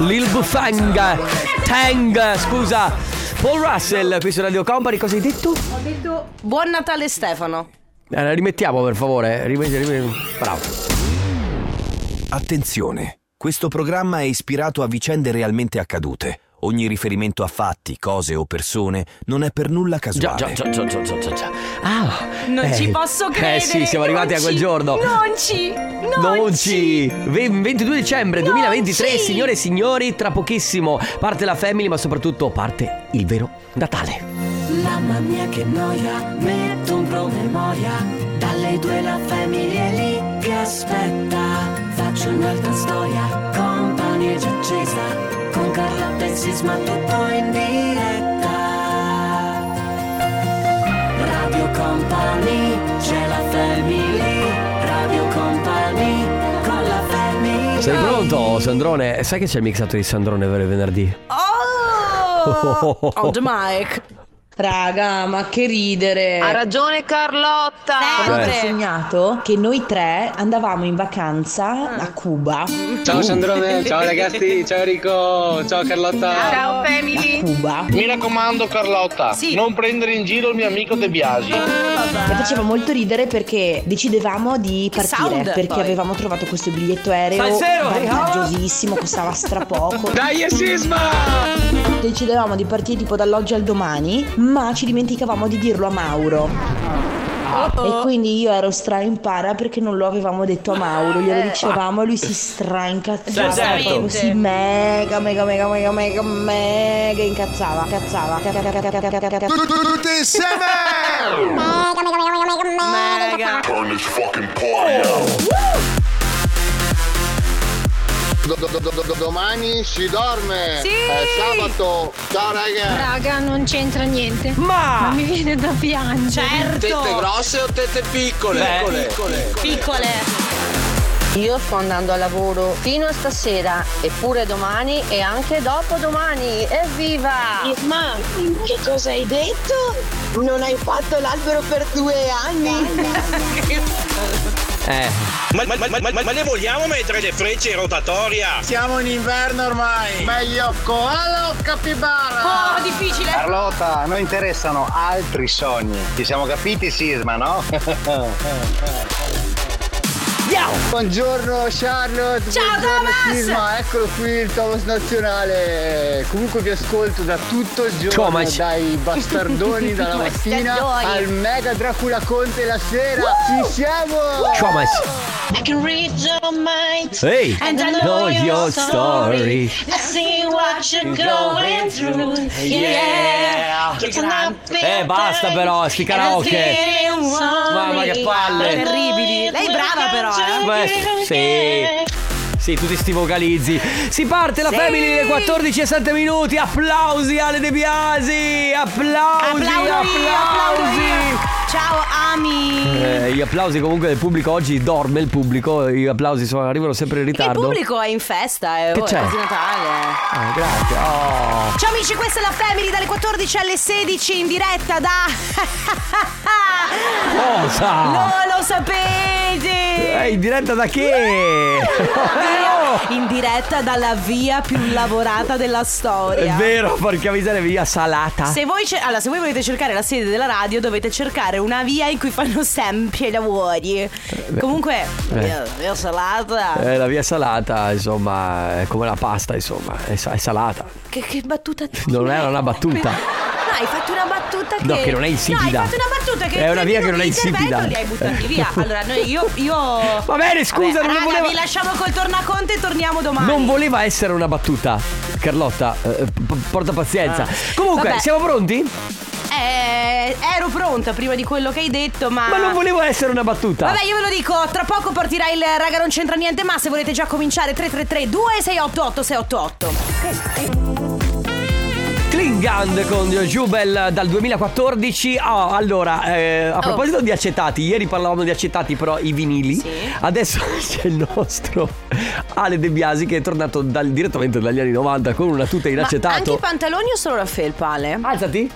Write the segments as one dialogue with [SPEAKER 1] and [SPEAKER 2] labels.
[SPEAKER 1] Lil Bufanga Tang, scusa Paul Russell qui su Radio Company, cosa hai detto?
[SPEAKER 2] Ho detto buon Natale Stefano.
[SPEAKER 1] Eh, rimettiamo per favore, rimetti, rimetti. bravo
[SPEAKER 3] Attenzione, questo programma è ispirato a vicende realmente accadute. Ogni riferimento a fatti, cose o persone non è per nulla
[SPEAKER 1] Già,
[SPEAKER 3] casuale.
[SPEAKER 1] già, già, già, già, già, già, già. Ah,
[SPEAKER 2] Non
[SPEAKER 1] eh,
[SPEAKER 2] ci posso credere.
[SPEAKER 1] Eh sì, siamo
[SPEAKER 2] non
[SPEAKER 1] arrivati a quel
[SPEAKER 2] ci-
[SPEAKER 1] giorno
[SPEAKER 2] Non ci. Non,
[SPEAKER 1] Non ci! Ve- 22 dicembre 2023,
[SPEAKER 2] ci!
[SPEAKER 1] signore e signori, tra pochissimo parte la family, ma soprattutto parte il vero Natale.
[SPEAKER 4] Mamma mia che noia, metto un promemoria Dalle due la famiglia è lì che aspetta Faccio un'altra storia, compagnie già accesa Con Carlotta e Sisma tutto in diretta Radio Company, c'è la family Radio Company, con la family
[SPEAKER 1] Sei pronto, Sandrone? Eh, Sai che c'è il mixato di Sandrone per il venerdì?
[SPEAKER 2] Oh! On the mic.
[SPEAKER 5] Raga, ma che ridere!
[SPEAKER 6] Ha ragione Carlotta.
[SPEAKER 1] Sempre.
[SPEAKER 5] Ho segnato che noi tre andavamo in vacanza a Cuba.
[SPEAKER 7] Ciao Sandrone, ciao ragazzi, ciao Rico, ciao Carlotta.
[SPEAKER 6] Ciao family.
[SPEAKER 5] Cuba.
[SPEAKER 8] Mi raccomando Carlotta,
[SPEAKER 2] Sì.
[SPEAKER 8] non prendere in giro il mio amico De Biasi.
[SPEAKER 5] E faceva molto ridere perché decidevamo di
[SPEAKER 2] Che
[SPEAKER 5] partire
[SPEAKER 2] sound,
[SPEAKER 5] perché
[SPEAKER 2] poi.
[SPEAKER 5] avevamo trovato questo biglietto aereo
[SPEAKER 1] Salsero, hey, ho!
[SPEAKER 5] vantaggiosissimo, costava strapoco.
[SPEAKER 7] Dai e sisma!
[SPEAKER 5] Decidevamo di partire tipo dall'oggi al domani, ma ci dimenticavamo di dirlo a Mauro. E quindi io ero stra in para perché non lo avevamo detto a Mauro, glielo dicevamo e lui si straincazzava,
[SPEAKER 1] Certo.
[SPEAKER 5] proprio si mega mega mega mega mega mega incazzava, cazzava. ca- ca- ca- ca- ca- ca- ca- ca-
[SPEAKER 2] Mega.
[SPEAKER 9] domani si dorme.
[SPEAKER 2] Sì. È sabato.
[SPEAKER 9] Ciao ragazzi.
[SPEAKER 6] Raga, non c'entra niente.
[SPEAKER 1] Ma!
[SPEAKER 6] Mi viene da piangere.
[SPEAKER 7] Tette
[SPEAKER 2] Certo.
[SPEAKER 7] grosse o tette piccole?
[SPEAKER 1] Beh.
[SPEAKER 7] piccole.
[SPEAKER 2] Piccole.
[SPEAKER 6] Io sto andando a lavoro fino a stasera, eppure domani e anche dopo domani. Evviva!
[SPEAKER 10] Ma che cosa hai detto? Non hai fatto l'albero per due anni?
[SPEAKER 1] Eh,
[SPEAKER 8] Ma, le vogliamo mettere le frecce in rotatoria?
[SPEAKER 7] Siamo in inverno ormai.
[SPEAKER 9] Meglio koala o capibara?
[SPEAKER 2] Oh, difficile.
[SPEAKER 7] Carlotta, a noi interessano altri sogni. Ci siamo capiti sisma, no?
[SPEAKER 9] Buongiorno Charlotte.
[SPEAKER 2] Ciao,
[SPEAKER 9] Buongiorno
[SPEAKER 2] Thomas.
[SPEAKER 9] Sisma. Eccolo qui il Thomas Nazionale. Comunque vi ascolto da tutto il giorno.
[SPEAKER 1] Thomas.
[SPEAKER 9] Dai bastardoni dalla mattina
[SPEAKER 2] Bastardoni.
[SPEAKER 9] al mega Dracula Conte la sera. Ci siamo.
[SPEAKER 1] Chomas!
[SPEAKER 10] I can read your mind
[SPEAKER 1] Ehi!
[SPEAKER 10] and I know your story. I see what you're going through. Yeah. It's not
[SPEAKER 1] Eh, basta però, sti karaoke! Mamma, che palle.
[SPEAKER 2] Terribili. Lei è brava però, eh.
[SPEAKER 1] Beh, sì. Sì, tutti sti vocalizzi. Si parte la family alle 14 e 7 minuti. Applausi Ale De Biasi! Applausi!
[SPEAKER 2] Applaudo io, applaudo
[SPEAKER 1] applausi.
[SPEAKER 2] io. Ciao ami.
[SPEAKER 1] Eh, gli applausi comunque del pubblico oggi dorme il pubblico, gli applausi sono- arrivano sempre in
[SPEAKER 2] Perché il
[SPEAKER 1] ritardo.
[SPEAKER 2] pubblico è in festa, eh.
[SPEAKER 1] Che
[SPEAKER 2] oh, è
[SPEAKER 1] c'è?
[SPEAKER 2] quasi Natale.
[SPEAKER 1] Ah, grazie. Oh.
[SPEAKER 2] Ciao amici, questa è la Family dalle 14 alle 16 in diretta da
[SPEAKER 1] Cosa?
[SPEAKER 2] Non lo sapete!
[SPEAKER 1] Eh, in diretta da che? Vero?
[SPEAKER 2] In diretta dalla via più lavorata della
[SPEAKER 1] È
[SPEAKER 2] storia.
[SPEAKER 1] vero, porca miseria, via salata.
[SPEAKER 2] Se voi, ce- allora, se voi volete cercare la sede della radio, dovete cercare una via in cui fanno sempre i lavori. Comunque, io, io salata.
[SPEAKER 1] Eh, la via salata, insomma, è come la pasta, insomma, è, sa- è salata.
[SPEAKER 2] Che, che battuta
[SPEAKER 1] Non era una battuta.
[SPEAKER 2] No, hai fatto una battuta che.
[SPEAKER 1] No, che non è insipida.
[SPEAKER 2] No, hai fatto una battuta che.
[SPEAKER 1] È una via
[SPEAKER 2] tre
[SPEAKER 1] che non è
[SPEAKER 2] minuti di intervento
[SPEAKER 1] insipida.
[SPEAKER 2] Li hai buttati via. Allora, noi, io. io...
[SPEAKER 1] Va bene, scusa,
[SPEAKER 2] Vabbè,
[SPEAKER 1] non
[SPEAKER 2] raga,
[SPEAKER 1] volevo-
[SPEAKER 2] vi lasciamo col tornaconte e torniamo domani.
[SPEAKER 1] Non voleva essere una battuta. Carlotta, eh, p- porta pazienza. Comunque,
[SPEAKER 2] Ah. Vabbè.
[SPEAKER 1] siamo pronti?
[SPEAKER 2] Eh, ero pronta prima di quello che hai detto, ma.
[SPEAKER 1] Ma non volevo essere una battuta.
[SPEAKER 2] Ah. Vabbè, io ve lo dico, tra poco partirà il raga non c'entra niente, ma se volete già cominciare 333 2688 688.
[SPEAKER 1] Klingand con Jubel dal 2014. Oh, allora, eh,
[SPEAKER 2] Oh.
[SPEAKER 1] a proposito di acetati, ieri parlavamo di acetati, però i vinili.
[SPEAKER 2] Sì.
[SPEAKER 1] Adesso c'è il nostro Ale De Biasi che è tornato dal- direttamente dagli anni 90 con una tuta in
[SPEAKER 2] Ma
[SPEAKER 1] acetato.
[SPEAKER 2] anche i pantaloni o solo la felpa, Ale?
[SPEAKER 1] Alzati.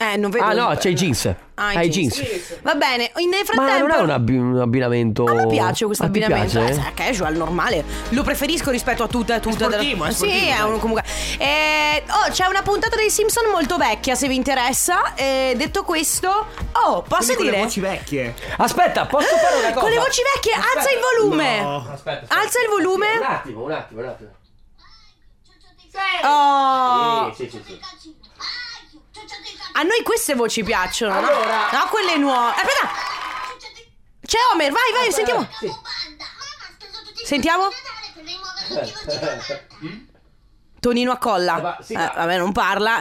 [SPEAKER 2] Eh, non vedo.
[SPEAKER 1] Ah no, c'è i jeans.
[SPEAKER 2] Ah, i
[SPEAKER 1] Hai
[SPEAKER 2] jeans. Va bene, in- nel
[SPEAKER 1] Ma
[SPEAKER 2] frattempo.
[SPEAKER 1] non è un, abbi- un abbinamento.
[SPEAKER 2] A me piace questo
[SPEAKER 1] Ah, ti
[SPEAKER 2] abbinamento.
[SPEAKER 1] piace?
[SPEAKER 2] Eh, sai, casual, normale. Lo preferisco rispetto a tutta e tutta.
[SPEAKER 11] sportivo, è sportivo,
[SPEAKER 2] sì, è
[SPEAKER 11] dai.
[SPEAKER 2] un comunque. Eh, oh, c'è una puntata dei Simpson molto vecchia, se vi interessa. Eh, detto questo, oh,
[SPEAKER 11] Quindi
[SPEAKER 2] posso
[SPEAKER 11] con
[SPEAKER 2] dire?
[SPEAKER 11] le voci vecchie.
[SPEAKER 1] Aspetta, posso fare una cosa?
[SPEAKER 2] Con le voci vecchie, alza il volume.
[SPEAKER 1] No. Aspetta, aspetta.
[SPEAKER 2] Alza il volume.
[SPEAKER 1] Un attimo, un attimo, un attimo.
[SPEAKER 2] Oh.
[SPEAKER 1] Sì, sì, sì, sì.
[SPEAKER 2] A noi queste voci piacciono,
[SPEAKER 1] Allora.
[SPEAKER 2] no? No, quelle nuove. Eh, Aspetta! C'è Homer, vai, vai, sentiamo. Sentiamo? Tonino a colla.
[SPEAKER 1] Va- sì,
[SPEAKER 2] Eh,
[SPEAKER 1] va.
[SPEAKER 2] vabbè, non parla.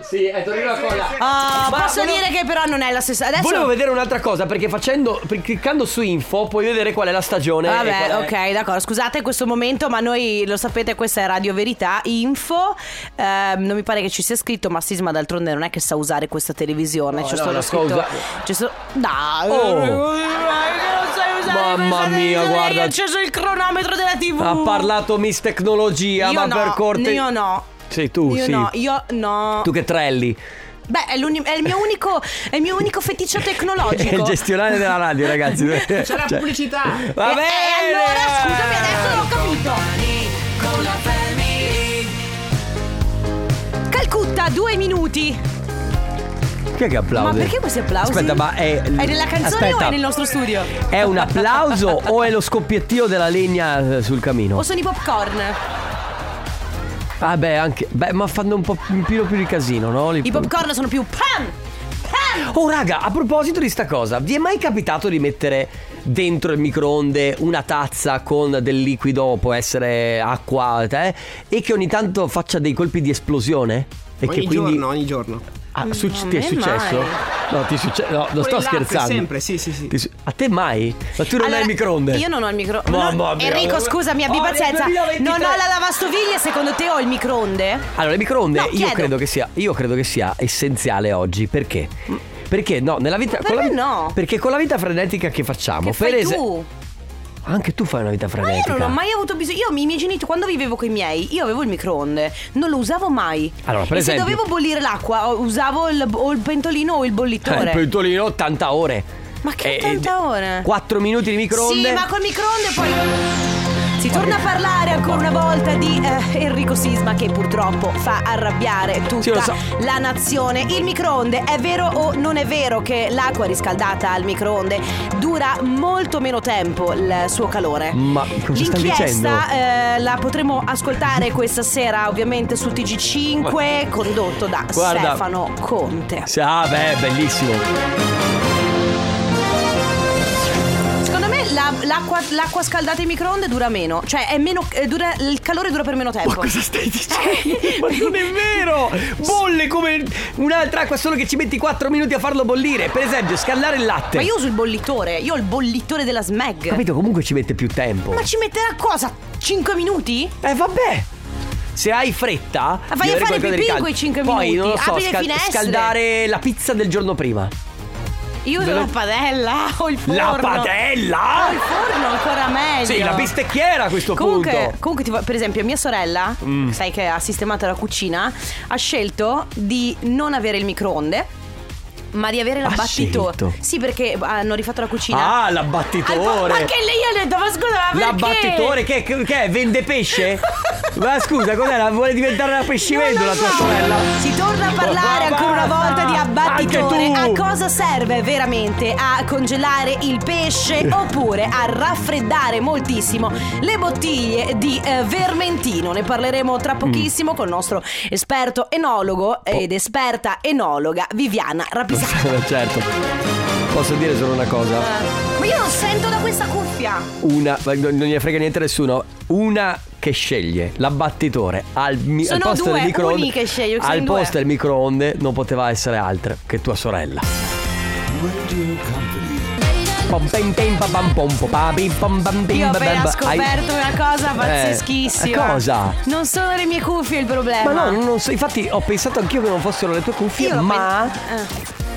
[SPEAKER 1] Sì, eh, è tornato con la.
[SPEAKER 2] Ah,
[SPEAKER 1] Ma
[SPEAKER 2] posso
[SPEAKER 1] volevo-
[SPEAKER 2] dire che però non è la stessa. Adesso
[SPEAKER 1] Volevo vedere un'altra cosa perché facendo per- cliccando su info puoi vedere qual è la stagione. e
[SPEAKER 2] Vabbè,
[SPEAKER 1] qual è-
[SPEAKER 2] ok, d'accordo. Scusate questo momento, ma noi lo sapete, questa è Radio Verità Info. Ehm, non mi pare che ci sia scritto, ma Sisma d'altronde non è che sa usare questa televisione. c'è
[SPEAKER 1] no,
[SPEAKER 2] solo
[SPEAKER 1] la
[SPEAKER 2] scritto.
[SPEAKER 1] cosa-
[SPEAKER 2] C'è solo. Dai,
[SPEAKER 1] Oh.
[SPEAKER 2] eh, non sai usare
[SPEAKER 1] Mamma
[SPEAKER 2] questa
[SPEAKER 1] mia,
[SPEAKER 2] televisione,
[SPEAKER 1] guarda.
[SPEAKER 2] Hai acceso il cronometro della TV.
[SPEAKER 1] Ha parlato Miss Tecnologia,
[SPEAKER 2] Io
[SPEAKER 1] ma
[SPEAKER 2] no,
[SPEAKER 1] per corte.
[SPEAKER 2] Io no.
[SPEAKER 1] Sei tu,
[SPEAKER 2] io
[SPEAKER 1] sì.
[SPEAKER 2] no, io no.
[SPEAKER 1] Tu che trelli.
[SPEAKER 2] Beh, è, l'uni- è il mio unico, è il mio unico feticcio
[SPEAKER 1] È
[SPEAKER 2] tecnologico.
[SPEAKER 1] il gestionale della radio, ragazzi. C'è
[SPEAKER 11] C'è la pubblicità.
[SPEAKER 1] Cioè, Va
[SPEAKER 2] Eh,
[SPEAKER 1] bene.
[SPEAKER 2] eh, allora, scusami, adesso l'ho capito. Calcutta, due minuti.
[SPEAKER 1] Che, che applauso?
[SPEAKER 2] Ma perché questi applausi?
[SPEAKER 1] Aspetta, ma è.
[SPEAKER 2] È nella canzone
[SPEAKER 1] Aspetta,
[SPEAKER 2] o è nel nostro studio?
[SPEAKER 1] È un applauso o è lo scoppiettio della legna eh, sul camino?
[SPEAKER 2] O sono i popcorn?
[SPEAKER 1] Ah, beh, anche. Beh, ma fanno un po' più- un pilo più di casino, no? Li-
[SPEAKER 2] I popcorn sono più pam! Pam!
[SPEAKER 1] Oh raga, a proposito di sta cosa, vi è mai capitato di mettere dentro il microonde una tazza con del liquido, può essere acqua, eh, e che ogni tanto faccia dei colpi di esplosione? E
[SPEAKER 11] Ogni
[SPEAKER 1] che quindi
[SPEAKER 11] giorno, ogni giorno.
[SPEAKER 1] Ah, succ-
[SPEAKER 2] a
[SPEAKER 1] ti è
[SPEAKER 2] me
[SPEAKER 1] successo?
[SPEAKER 2] Mm, mai.
[SPEAKER 1] No, ti è successo. No, non sto
[SPEAKER 11] Con il latte
[SPEAKER 1] scherzando.
[SPEAKER 11] Sempre, sì, sì, sì.
[SPEAKER 1] Ti su- a te mai? Ma tu non hai
[SPEAKER 2] Allora,
[SPEAKER 1] il microonde?
[SPEAKER 2] Io non ho il microonde.
[SPEAKER 1] Mamma mia.
[SPEAKER 2] Enrico, scusami, abbi
[SPEAKER 1] Oh, nel
[SPEAKER 2] pazienza.
[SPEAKER 1] 2023.
[SPEAKER 2] Non ho la lavastoviglie, secondo te ho il microonde?
[SPEAKER 1] Allora, il microonde
[SPEAKER 2] No,
[SPEAKER 1] io,
[SPEAKER 2] chiedo.
[SPEAKER 1] credo che sia, io credo che sia essenziale oggi. Perché? Perché no, nella vita. con la
[SPEAKER 2] Mm. perché
[SPEAKER 1] vita-
[SPEAKER 2] no?
[SPEAKER 1] Perché con la vita frenetica che facciamo?
[SPEAKER 2] Che fai
[SPEAKER 1] ese-
[SPEAKER 2] tu?
[SPEAKER 1] Anche tu fai una vita
[SPEAKER 2] Ma io
[SPEAKER 1] frenetica.
[SPEAKER 2] non ho mai avuto bisogno. Io, i miei genitori, quando vivevo con i miei, io avevo il microonde. Non lo usavo mai.
[SPEAKER 1] Allora, per
[SPEAKER 2] e
[SPEAKER 1] esempio-
[SPEAKER 2] se dovevo bollire l'acqua, o- usavo il, o il pentolino o il
[SPEAKER 1] Eh, il
[SPEAKER 2] bollitore.
[SPEAKER 1] pentolino 80 ore.
[SPEAKER 2] Ma che 80 ore?
[SPEAKER 1] 4 minuti di microonde.
[SPEAKER 2] Sì, ma col microonde poi. Si torna a parlare ancora una volta di eh, Enrico Sisma che purtroppo fa arrabbiare tutta
[SPEAKER 1] Sì, lo so.
[SPEAKER 2] la nazione. Il microonde è vero o non è vero che l'acqua riscaldata al microonde dura molto meno tempo il suo calore?
[SPEAKER 1] Ma cosa stai dicendo?
[SPEAKER 2] L'inchiesta eh, la potremo ascoltare questa sera ovviamente su TG5 condotto da
[SPEAKER 1] Guarda.
[SPEAKER 2] Stefano Conte.
[SPEAKER 1] Sì, Ah, beh, bellissimo.
[SPEAKER 2] Secondo me la- l'acqua, l'acqua scaldata in microonde dura meno, cioè è meno, eh, dura- il calore dura per meno tempo.
[SPEAKER 1] Cosa stai
[SPEAKER 2] Eh.
[SPEAKER 1] dicendo? ma non è vero! Bolle come un'altra acqua, solo che ci metti 4 minuti a farlo bollire. Per esempio, scaldare il latte.
[SPEAKER 2] Ma io uso il bollitore, io ho il bollitore della Smeg.
[SPEAKER 1] Capito? Comunque ci mette più tempo.
[SPEAKER 2] Ma ci metterà cosa? 5 minuti?
[SPEAKER 1] Eh vabbè. Se hai fretta, di
[SPEAKER 2] Ma vai a
[SPEAKER 1] avere
[SPEAKER 2] fare
[SPEAKER 1] qualcosa di
[SPEAKER 2] pipì in
[SPEAKER 1] caldo.
[SPEAKER 2] quei cinque
[SPEAKER 1] Poi
[SPEAKER 2] minuti,
[SPEAKER 1] non lo so,
[SPEAKER 2] apri le finestre.
[SPEAKER 1] scaldare la pizza del giorno prima.
[SPEAKER 2] Io uso
[SPEAKER 1] Ve lo-
[SPEAKER 2] la padella, ho il forno.
[SPEAKER 1] La padella?
[SPEAKER 2] Ho il forno ancora meglio.
[SPEAKER 1] Sì, la bistecchiera a questo
[SPEAKER 2] Comunque,
[SPEAKER 1] punto. Mm.
[SPEAKER 2] comunque ti vo- per esempio, mia sorella, sai che ha sistemato la cucina, ha scelto di non avere il microonde. Ma di avere l'abbattitore.
[SPEAKER 1] scelto.
[SPEAKER 2] Sì, perché hanno rifatto la cucina.
[SPEAKER 1] Ah,
[SPEAKER 2] Al po-
[SPEAKER 1] l'abbattitore.
[SPEAKER 2] Ma anche lei ha detto, ma scusa, ma
[SPEAKER 1] L'abbattitore che, che- che è? Vende pesce? Ma scusa, cos'è? La- Vuole diventare una pescivendolo la tua sorella?
[SPEAKER 2] Si torna a parlare
[SPEAKER 1] Ma
[SPEAKER 2] ancora una
[SPEAKER 1] basta!
[SPEAKER 2] volta di abbattitore.
[SPEAKER 1] Anche
[SPEAKER 2] A
[SPEAKER 1] tu!
[SPEAKER 2] cosa serve veramente? A congelare il pesce oppure a raffreddare moltissimo le bottiglie di eh, vermentino? Ne parleremo
[SPEAKER 1] Mm.
[SPEAKER 2] tra pochissimo col nostro esperto enologo ed esperta enologa Viviana Rapisani.
[SPEAKER 1] certo. Posso dire solo una cosa?
[SPEAKER 2] Ma io non sento da questa cuffia.
[SPEAKER 1] Una, ma non non gliene frega niente a nessuno. Una che sceglie l'abbattitore al, mi- al
[SPEAKER 2] Sono
[SPEAKER 1] posto
[SPEAKER 2] due,
[SPEAKER 1] del microonde.
[SPEAKER 2] uni che sceglio, sono
[SPEAKER 1] al
[SPEAKER 2] due.
[SPEAKER 1] posto del microonde non poteva essere altra che tua sorella. Pom pem pem pa pam pom po pa bim pom bam bim
[SPEAKER 2] Io ho
[SPEAKER 1] ba bam
[SPEAKER 2] appena
[SPEAKER 1] ba.
[SPEAKER 2] scoperto
[SPEAKER 1] Hai-
[SPEAKER 2] una cosa
[SPEAKER 1] Eh,
[SPEAKER 2] pazzeschissima.
[SPEAKER 1] cosa?
[SPEAKER 2] Non sono le mie cuffie il problema.
[SPEAKER 1] Ma no, non so, infatti ho pensato anch'io che non fossero le tue cuffie,
[SPEAKER 2] Eh, Io l'ho
[SPEAKER 1] ma...
[SPEAKER 2] pen-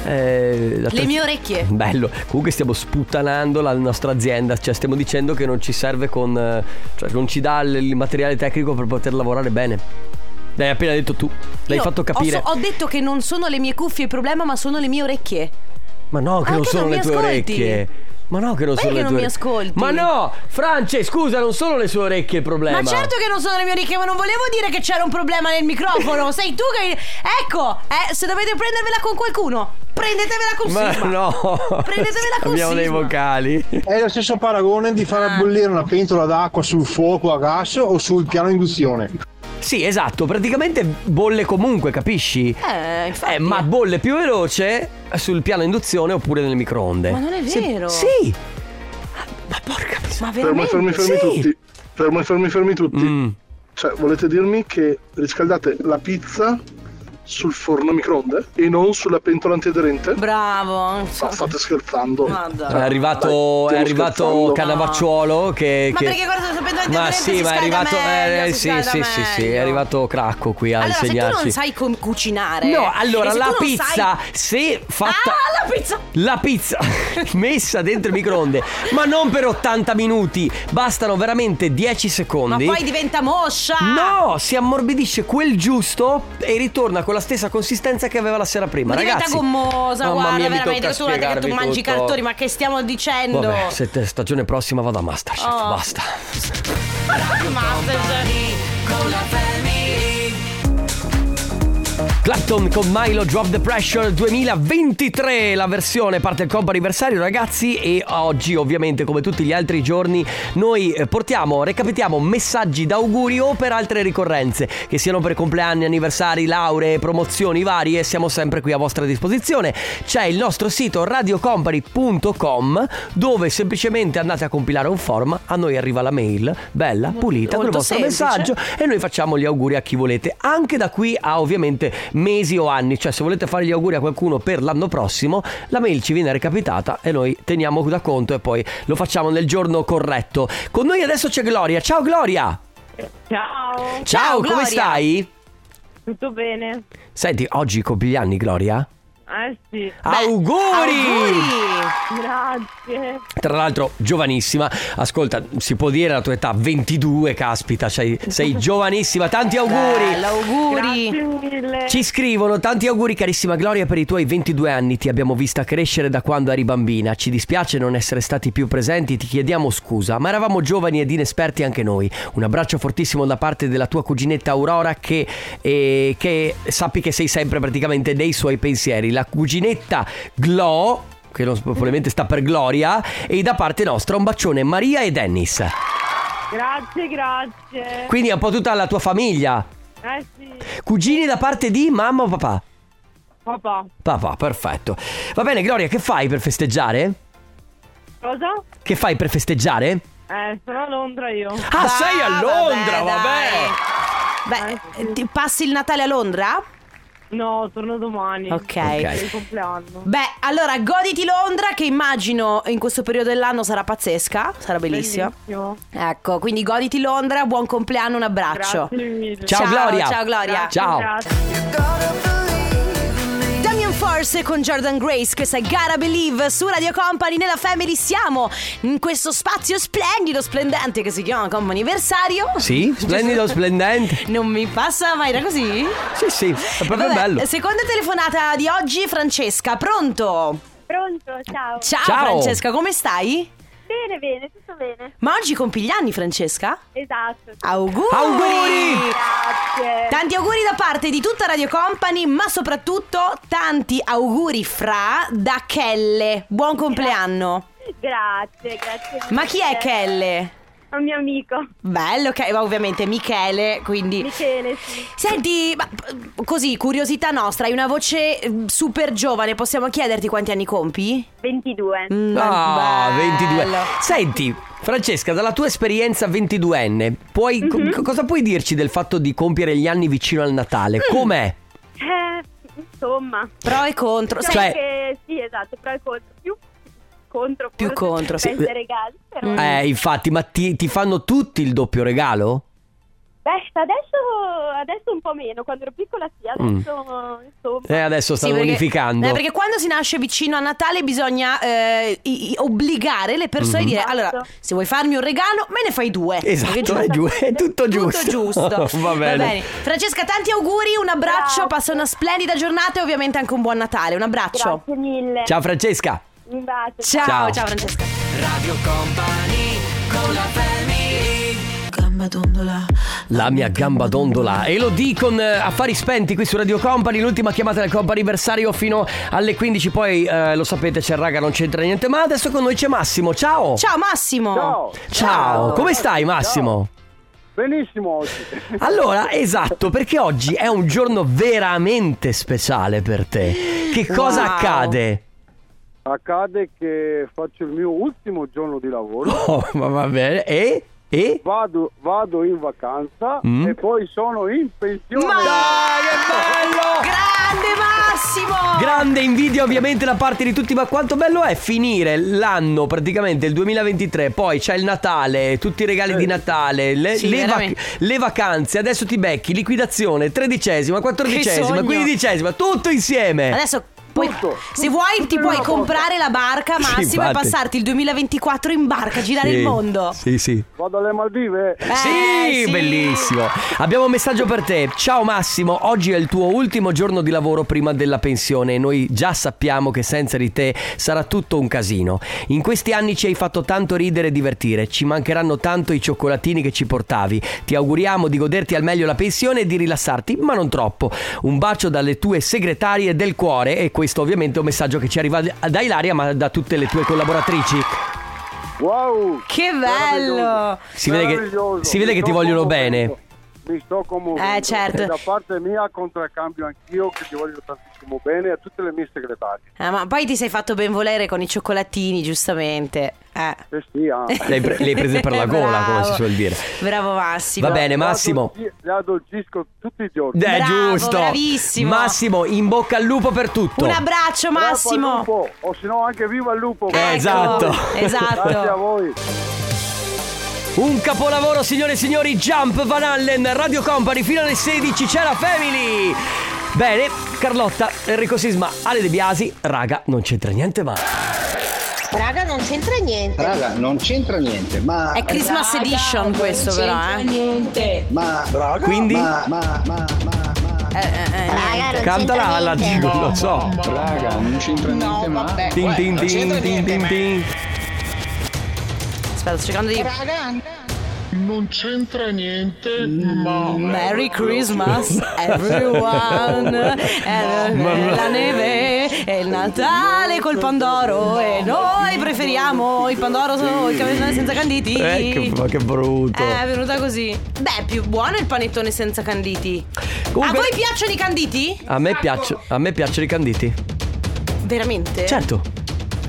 [SPEAKER 2] eh.
[SPEAKER 1] eh, la
[SPEAKER 2] Le
[SPEAKER 1] tua-
[SPEAKER 2] mie orecchie.
[SPEAKER 1] Bello, comunque stiamo sputtanando la nostra azienda, cioè stiamo dicendo che non ci serve con... eh, cioè non ci dà il il materiale tecnico per poter lavorare bene. L'hai appena detto tu. L'hai
[SPEAKER 2] Io
[SPEAKER 1] fatto capire.
[SPEAKER 2] Ho, so- ho detto che non sono le mie cuffie il problema, ma sono le mie orecchie.
[SPEAKER 1] Ma no, che
[SPEAKER 2] Ah,
[SPEAKER 1] non
[SPEAKER 2] che
[SPEAKER 1] sono
[SPEAKER 2] non
[SPEAKER 1] le
[SPEAKER 2] mi
[SPEAKER 1] tue
[SPEAKER 2] ascolti?
[SPEAKER 1] orecchie. Ma no, che non
[SPEAKER 2] Ma
[SPEAKER 1] sono
[SPEAKER 2] che
[SPEAKER 1] le
[SPEAKER 2] non
[SPEAKER 1] tue
[SPEAKER 2] mi
[SPEAKER 1] orecchie.
[SPEAKER 2] ascolti?
[SPEAKER 1] Ma no, France, scusa, non sono le sue orecchie il problema.
[SPEAKER 2] Ma certo che non sono le mie orecchie, ma non volevo dire che c'era un problema nel microfono. Sei tu che. Ecco, eh, se dovete prendervela con qualcuno, prendetevela con
[SPEAKER 1] Ma
[SPEAKER 2] Sisma.
[SPEAKER 1] no.
[SPEAKER 2] Prendetevela con
[SPEAKER 1] Abbiamo le
[SPEAKER 2] Sisma.
[SPEAKER 1] vocali.
[SPEAKER 9] È lo stesso paragone di far bollire una pentola d'acqua sul fuoco a gas o sul piano induzione.
[SPEAKER 1] Sì, esatto, praticamente bolle comunque, capisci?
[SPEAKER 2] Eh, infatti.
[SPEAKER 1] Eh, ma bolle più veloce sul piano induzione oppure nel microonde.
[SPEAKER 2] Ma non è
[SPEAKER 1] Se-
[SPEAKER 2] vero.
[SPEAKER 1] Sì. Ah, Ma porca
[SPEAKER 11] Fermi,
[SPEAKER 2] Ma veramente.
[SPEAKER 11] fermi, fermi
[SPEAKER 1] Sì.
[SPEAKER 11] tutti. Fermi, fermi, fermi tutti. Cioè, volete dirmi che riscaldate la pizza sul forno a microonde e non sulla pentola antiaderente?
[SPEAKER 2] Bravo.
[SPEAKER 11] Ma state scherzando.
[SPEAKER 1] È arrivato,
[SPEAKER 11] Dai,
[SPEAKER 1] è
[SPEAKER 11] stiamo
[SPEAKER 1] arrivato
[SPEAKER 11] scherzando.
[SPEAKER 1] Cannavacciuolo che,
[SPEAKER 2] Ma
[SPEAKER 1] che-
[SPEAKER 2] perché guarda, sapendo la
[SPEAKER 1] Ma sì, ma è arrivato eh,
[SPEAKER 2] meglio, si
[SPEAKER 1] sì,
[SPEAKER 2] scalda
[SPEAKER 1] sì, sì, sì, è
[SPEAKER 2] meglio.
[SPEAKER 1] arrivato Cracco qui a
[SPEAKER 2] Allora, se tu
[SPEAKER 1] insegnarci.
[SPEAKER 2] non sai com- cucinare.
[SPEAKER 1] No, allora
[SPEAKER 2] e se tu
[SPEAKER 1] la
[SPEAKER 2] non
[SPEAKER 1] pizza
[SPEAKER 2] sai-
[SPEAKER 1] se fatta
[SPEAKER 2] Ah, la pizza!
[SPEAKER 1] La pizza messa dentro il microonde, ma non per 80 minuti, bastano veramente 10
[SPEAKER 2] Ma
[SPEAKER 1] secondi.
[SPEAKER 2] poi diventa moscia!
[SPEAKER 1] No, si ammorbidisce quel giusto e ritorna con la stessa consistenza che aveva la sera prima.
[SPEAKER 2] Ma diventa
[SPEAKER 1] Ragazzi,
[SPEAKER 2] gommosa,
[SPEAKER 1] mamma
[SPEAKER 2] guarda,
[SPEAKER 1] mia, mi
[SPEAKER 2] veramente.
[SPEAKER 1] tocca
[SPEAKER 2] Tu non che tu
[SPEAKER 1] spiegarvi
[SPEAKER 2] mangi
[SPEAKER 1] tutto.
[SPEAKER 2] cartoni, ma che stiamo dicendo?
[SPEAKER 1] Vabbè, se- stagione prossima vado a Masterchef,
[SPEAKER 2] Oh.
[SPEAKER 1] basta. Clapton con Milo Drop the Pressure 2023, la versione parte il compo anniversario ragazzi e oggi ovviamente come tutti gli altri giorni noi eh, portiamo, recapitiamo messaggi d'auguri o per altre ricorrenze che siano per compleanni, anniversari, lauree, promozioni varie, siamo sempre qui a vostra disposizione. C'è il nostro sito radiocompany.com dove semplicemente andate a compilare un form, a noi arriva la mail, bella, pulita, con il
[SPEAKER 2] molto
[SPEAKER 1] vostro
[SPEAKER 2] semplice.
[SPEAKER 1] messaggio e noi facciamo gli auguri a chi volete, anche da qui a ovviamente mesi o anni, cioè se volete fare gli auguri a qualcuno per l'anno prossimo, la mail ci viene recapitata e noi teniamo da conto e poi lo facciamo nel giorno corretto. Con noi adesso c'è Gloria, ciao Gloria!
[SPEAKER 12] Ciao,
[SPEAKER 1] Ciao, come
[SPEAKER 12] Gloria.
[SPEAKER 1] stai?
[SPEAKER 12] tutto bene?
[SPEAKER 1] Senti, oggi compi gli anni Gloria?
[SPEAKER 12] Eh sì.
[SPEAKER 1] auguri!
[SPEAKER 12] Grazie.
[SPEAKER 1] Tra l'altro, giovanissima, ascolta, si può dire la tua età, 22, caspita, sei, sei giovanissima, tanti auguri!
[SPEAKER 2] Bello, auguri.
[SPEAKER 12] Grazie mille.
[SPEAKER 1] Ci scrivono tanti auguri carissima Gloria per i tuoi 22 anni, ti abbiamo vista crescere da quando eri bambina, ci dispiace non essere stati più presenti, ti chiediamo scusa, ma eravamo giovani ed inesperti anche noi. Un abbraccio fortissimo da parte della tua cuginetta Aurora che, eh, che sappi che sei sempre praticamente nei suoi pensieri. La cuginetta Glo, che non- probabilmente sta per Gloria, e da parte nostra un bacione Maria e Dennis.
[SPEAKER 12] Grazie, grazie.
[SPEAKER 1] Quindi è un po' tutta la tua famiglia.
[SPEAKER 12] Eh sì.
[SPEAKER 1] Cugini da parte di mamma o papà?
[SPEAKER 12] Papà,
[SPEAKER 1] Papà, perfetto. Va bene, Gloria, che fai per festeggiare?
[SPEAKER 12] cosa?
[SPEAKER 1] Che fai per festeggiare?
[SPEAKER 12] Eh, sono a Londra io.
[SPEAKER 1] Ah, sei a Londra, vabbè.
[SPEAKER 2] Beh, ti passi il Natale a Londra?
[SPEAKER 12] Ah, No, torno domani.
[SPEAKER 2] Ok.
[SPEAKER 12] Per il compleanno.
[SPEAKER 2] Beh, allora goditi Londra che immagino in questo periodo dell'anno sarà pazzesca, sarà bellissima.
[SPEAKER 12] Bellissimo.
[SPEAKER 2] Ecco, quindi goditi Londra, buon compleanno, un abbraccio.
[SPEAKER 12] Grazie mille.
[SPEAKER 1] Ciao, Gloria.
[SPEAKER 2] Ciao Gloria.
[SPEAKER 1] Ciao.
[SPEAKER 12] Grazie.
[SPEAKER 2] Damian Force con Jordan Grace, questa è Gara Believe su Radio Company nella Family siamo in questo spazio splendido, splendente che si chiama Company Anniversario.
[SPEAKER 1] Sì, splendido, splendente.
[SPEAKER 2] Non mi passa mai da così?
[SPEAKER 1] Sì, sì, è proprio
[SPEAKER 2] Eh, Vabbè,
[SPEAKER 1] bello.
[SPEAKER 2] Seconda telefonata di oggi, Francesca, pronto?
[SPEAKER 13] Pronto, ciao.
[SPEAKER 2] Ciao,
[SPEAKER 1] Ciao.
[SPEAKER 2] Francesca, come stai?
[SPEAKER 13] Bene, bene, tutto bene.
[SPEAKER 2] Ma oggi compi gli anni, Francesca?
[SPEAKER 13] Esatto.
[SPEAKER 2] Auguri!
[SPEAKER 1] Auguri!
[SPEAKER 13] Grazie.
[SPEAKER 2] Tanti auguri da parte di tutta Radio Company, ma soprattutto tanti auguri fra da Kelle. Buon compleanno!
[SPEAKER 13] Grazie, grazie.
[SPEAKER 2] Ma chi è
[SPEAKER 13] mille.
[SPEAKER 2] Kelle?
[SPEAKER 13] È un mio amico,
[SPEAKER 2] Bello, che ma ovviamente Michele, quindi...
[SPEAKER 13] Michele, sì.
[SPEAKER 2] Senti, ma, p- così, curiosità nostra, hai una voce eh, super giovane, possiamo chiederti quanti anni compi?
[SPEAKER 13] 22.
[SPEAKER 2] Mm,
[SPEAKER 1] Ah,
[SPEAKER 2] bello.
[SPEAKER 1] 22. Senti, Francesca, dalla tua esperienza 22enne, puoi- co-
[SPEAKER 2] Mhm.
[SPEAKER 1] cosa puoi dirci del fatto di compiere gli anni vicino al Natale?
[SPEAKER 2] Mm.
[SPEAKER 1] Com'è?
[SPEAKER 13] Eh, insomma.
[SPEAKER 2] Pro e contro,
[SPEAKER 13] Diciamo
[SPEAKER 1] Cioè-
[SPEAKER 13] che sì, esatto, però è contro. Più contro.
[SPEAKER 2] Più
[SPEAKER 13] forse,
[SPEAKER 2] contro, sì.
[SPEAKER 13] per
[SPEAKER 2] Mm.
[SPEAKER 13] i regali, però.
[SPEAKER 1] Eh, infatti, ma ti, ti fanno tutti il doppio regalo?
[SPEAKER 13] Beh, Adesso, adesso un po' meno, quando ero piccola sì, adesso insomma.
[SPEAKER 1] Mm. Eh, adesso stanno
[SPEAKER 2] Sì, perché-
[SPEAKER 1] unificando.
[SPEAKER 2] eh, perché quando si nasce vicino a Natale bisogna eh, i- i- obbligare le persone
[SPEAKER 1] Mhm.
[SPEAKER 2] a dire
[SPEAKER 1] Esatto.
[SPEAKER 2] allora se vuoi farmi un regalo me ne fai due. Perché
[SPEAKER 1] Esatto,
[SPEAKER 2] giù-
[SPEAKER 1] è, giu- è tutto giusto.
[SPEAKER 2] Tutto giusto.
[SPEAKER 1] Va bene.
[SPEAKER 2] Francesca, tanti auguri, un abbraccio, passa una splendida giornata e ovviamente anche un buon Natale. Un abbraccio.
[SPEAKER 13] Grazie mille.
[SPEAKER 1] Ciao Francesca.
[SPEAKER 13] Un bacio.
[SPEAKER 2] Ciao, ciao,
[SPEAKER 1] Ciao.
[SPEAKER 2] Francesca.
[SPEAKER 4] Radio Company con la family. Gamba dondola.
[SPEAKER 1] La mia gamba dondola. E lo di con eh, affari spenti qui su Radio Company, l'ultima chiamata del Company anniversario fino alle 15. Poi eh, lo sapete, c'è il raga, non c'entra niente. Ma adesso con noi c'è Massimo. Ciao.
[SPEAKER 2] Ciao Massimo.
[SPEAKER 1] Ciao. Ciao. Come stai Massimo?
[SPEAKER 9] Benissimo oggi.
[SPEAKER 1] Allora, esatto, perché oggi è un giorno veramente speciale per te. Che cosa
[SPEAKER 9] Wow.
[SPEAKER 1] accade?
[SPEAKER 9] Accade che faccio il mio ultimo giorno di lavoro.
[SPEAKER 1] Oh, ma va bene. E? E?
[SPEAKER 9] Vado, vado in vacanza
[SPEAKER 1] Mm.
[SPEAKER 9] e poi sono in pensione.
[SPEAKER 2] Ma
[SPEAKER 1] che
[SPEAKER 2] Grande Massimo!
[SPEAKER 1] Grande invidia ovviamente da parte di tutti, ma quanto bello è finire l'anno, praticamente il 2023, poi c'è il Natale, tutti i regali di Natale, le,
[SPEAKER 2] Eh. Sì,
[SPEAKER 1] le vac-
[SPEAKER 2] veramente.
[SPEAKER 1] le vacanze, adesso ti becchi, liquidazione, tredicesima, quattordicesima,
[SPEAKER 2] sogno.
[SPEAKER 1] quindicesima, tutto insieme.
[SPEAKER 2] Adesso puoi- se vuoi ti puoi comprare la barca
[SPEAKER 1] Sì,
[SPEAKER 2] Massimo e
[SPEAKER 1] infatti.
[SPEAKER 2] passarti il 2024 in barca, girare
[SPEAKER 1] Sì,
[SPEAKER 2] il mondo.
[SPEAKER 1] Sì, sì.
[SPEAKER 9] Vado alle Maldive.
[SPEAKER 1] Sì,
[SPEAKER 2] sì.
[SPEAKER 1] bellissimo. Abbiamo un messaggio per te. Ciao Massimo, oggi è il tuo ultimo giorno di lavoro prima della pensione e noi già sappiamo che senza di te sarà tutto un casino. In questi anni ci hai fatto tanto ridere e divertire, ci mancheranno tanto i cioccolatini che ci portavi. Ti auguriamo di goderti al meglio la pensione e di rilassarti, ma non troppo. Un bacio dalle tue segretarie del cuore e questo ovviamente è un messaggio che ci arriva da Ilaria ma da tutte le tue collaboratrici.
[SPEAKER 9] Wow!
[SPEAKER 2] Che bello!
[SPEAKER 1] Si vede che,
[SPEAKER 9] Meraviglioso.
[SPEAKER 1] si vede che ti vogliono bene.
[SPEAKER 9] Mi sto commuovendo.
[SPEAKER 2] Eh, certo.
[SPEAKER 9] E da parte mia contraccambio anch'io che ti voglio tantissimo bene e a tutte le mie segretarie.
[SPEAKER 2] Ah, ma poi ti sei fatto ben volere con i cioccolatini, giustamente. Eh.
[SPEAKER 9] Eh sì, ah.
[SPEAKER 1] Le hai, pre- le hai prese per la gola, come si
[SPEAKER 2] Bravo.
[SPEAKER 1] suol dire.
[SPEAKER 2] Bravo Massimo.
[SPEAKER 1] Va bene, Massimo.
[SPEAKER 9] Io Le addolcisco tutti i giorni.
[SPEAKER 1] Eh,
[SPEAKER 2] Bravo,
[SPEAKER 1] giusto.
[SPEAKER 2] bravissimo.
[SPEAKER 1] Massimo, in bocca al lupo per tutto.
[SPEAKER 2] Un abbraccio Massimo.
[SPEAKER 9] Bravo al lupo, o se no anche viva il lupo.
[SPEAKER 2] ecco.
[SPEAKER 1] Eh, esatto.
[SPEAKER 2] esatto.
[SPEAKER 9] Grazie a voi.
[SPEAKER 1] Un capolavoro, signore e signori. Jump Van Allen, Radio Company, fino alle 16 c'è la Family. Bene, Carlotta, Enrico Sisma, Ale De Biasi. Raga, non c'entra niente ma.
[SPEAKER 6] Raga, non c'entra niente.
[SPEAKER 7] Raga, non c'entra niente, ma...
[SPEAKER 1] Esatto.
[SPEAKER 2] È Christmas
[SPEAKER 6] Raga,
[SPEAKER 2] edition questo però, eh.
[SPEAKER 6] niente.
[SPEAKER 7] Ma... Raga,
[SPEAKER 1] Quindi?
[SPEAKER 7] Ma, ma, ma, ma...
[SPEAKER 2] Eh, eh, eh, niente.
[SPEAKER 1] Cantala alla Giu, lo so.
[SPEAKER 7] Raga, non c'entra niente, ma...
[SPEAKER 1] Tin tin tin tin tin tin.
[SPEAKER 2] Aspetta, sto cercando di
[SPEAKER 10] Non c'entra niente,
[SPEAKER 2] Mm.
[SPEAKER 10] ma...
[SPEAKER 2] Merry Christmas everyone Eh, La neve e il Natale col Pandoro E noi preferiamo il Pandoro so- il panettone senza canditi
[SPEAKER 1] Eh, che, ma che brutto.
[SPEAKER 2] Eh, È venuta così Beh, più buono il panettone senza canditi
[SPEAKER 1] Comunque-
[SPEAKER 2] A voi piacciono i canditi?
[SPEAKER 1] A me, piaccio- a me piacciono i canditi.
[SPEAKER 2] Veramente?
[SPEAKER 1] Certo.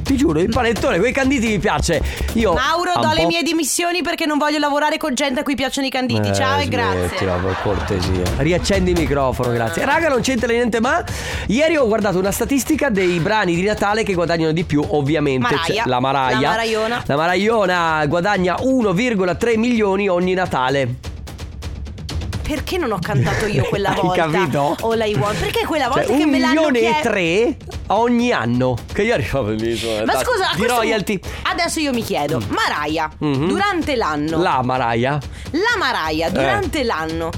[SPEAKER 1] Ti giuro, il panettone, quei canditi mi piace. Io
[SPEAKER 2] Mauro,
[SPEAKER 1] un
[SPEAKER 2] do le
[SPEAKER 1] po'
[SPEAKER 2] mie dimissioni perché non voglio lavorare con gente a cui piacciono i canditi.
[SPEAKER 1] Eh,
[SPEAKER 2] Ciao e grazie.
[SPEAKER 1] smettila, per cortesia. Riaccendi il microfono, grazie. Raga, non c'entra niente, ma ieri ho guardato una statistica dei brani di Natale che guadagnano di più, ovviamente.
[SPEAKER 2] Maraia.
[SPEAKER 1] c'è la Maraia.
[SPEAKER 2] La Maraiona.
[SPEAKER 1] La Maraiona guadagna 1,3 milioni ogni Natale.
[SPEAKER 2] Perché non ho cantato io quella
[SPEAKER 1] Hai
[SPEAKER 2] volta?
[SPEAKER 1] capito?
[SPEAKER 2] O la I want? Perché quella volta
[SPEAKER 1] Cioè,
[SPEAKER 2] che
[SPEAKER 1] un
[SPEAKER 2] me l'hanno
[SPEAKER 1] milione e
[SPEAKER 2] chiesto.
[SPEAKER 1] tre ogni anno. Che io arrivavo lì. insomma,
[SPEAKER 2] Ma
[SPEAKER 1] da-
[SPEAKER 2] scusa, a
[SPEAKER 1] di
[SPEAKER 2] questo punto-
[SPEAKER 1] royalty.
[SPEAKER 2] adesso io mi chiedo, Maraia,
[SPEAKER 1] Mhm.
[SPEAKER 2] durante l'anno, la,
[SPEAKER 1] La Eh. Maraia.
[SPEAKER 2] Maraia, durante l'anno,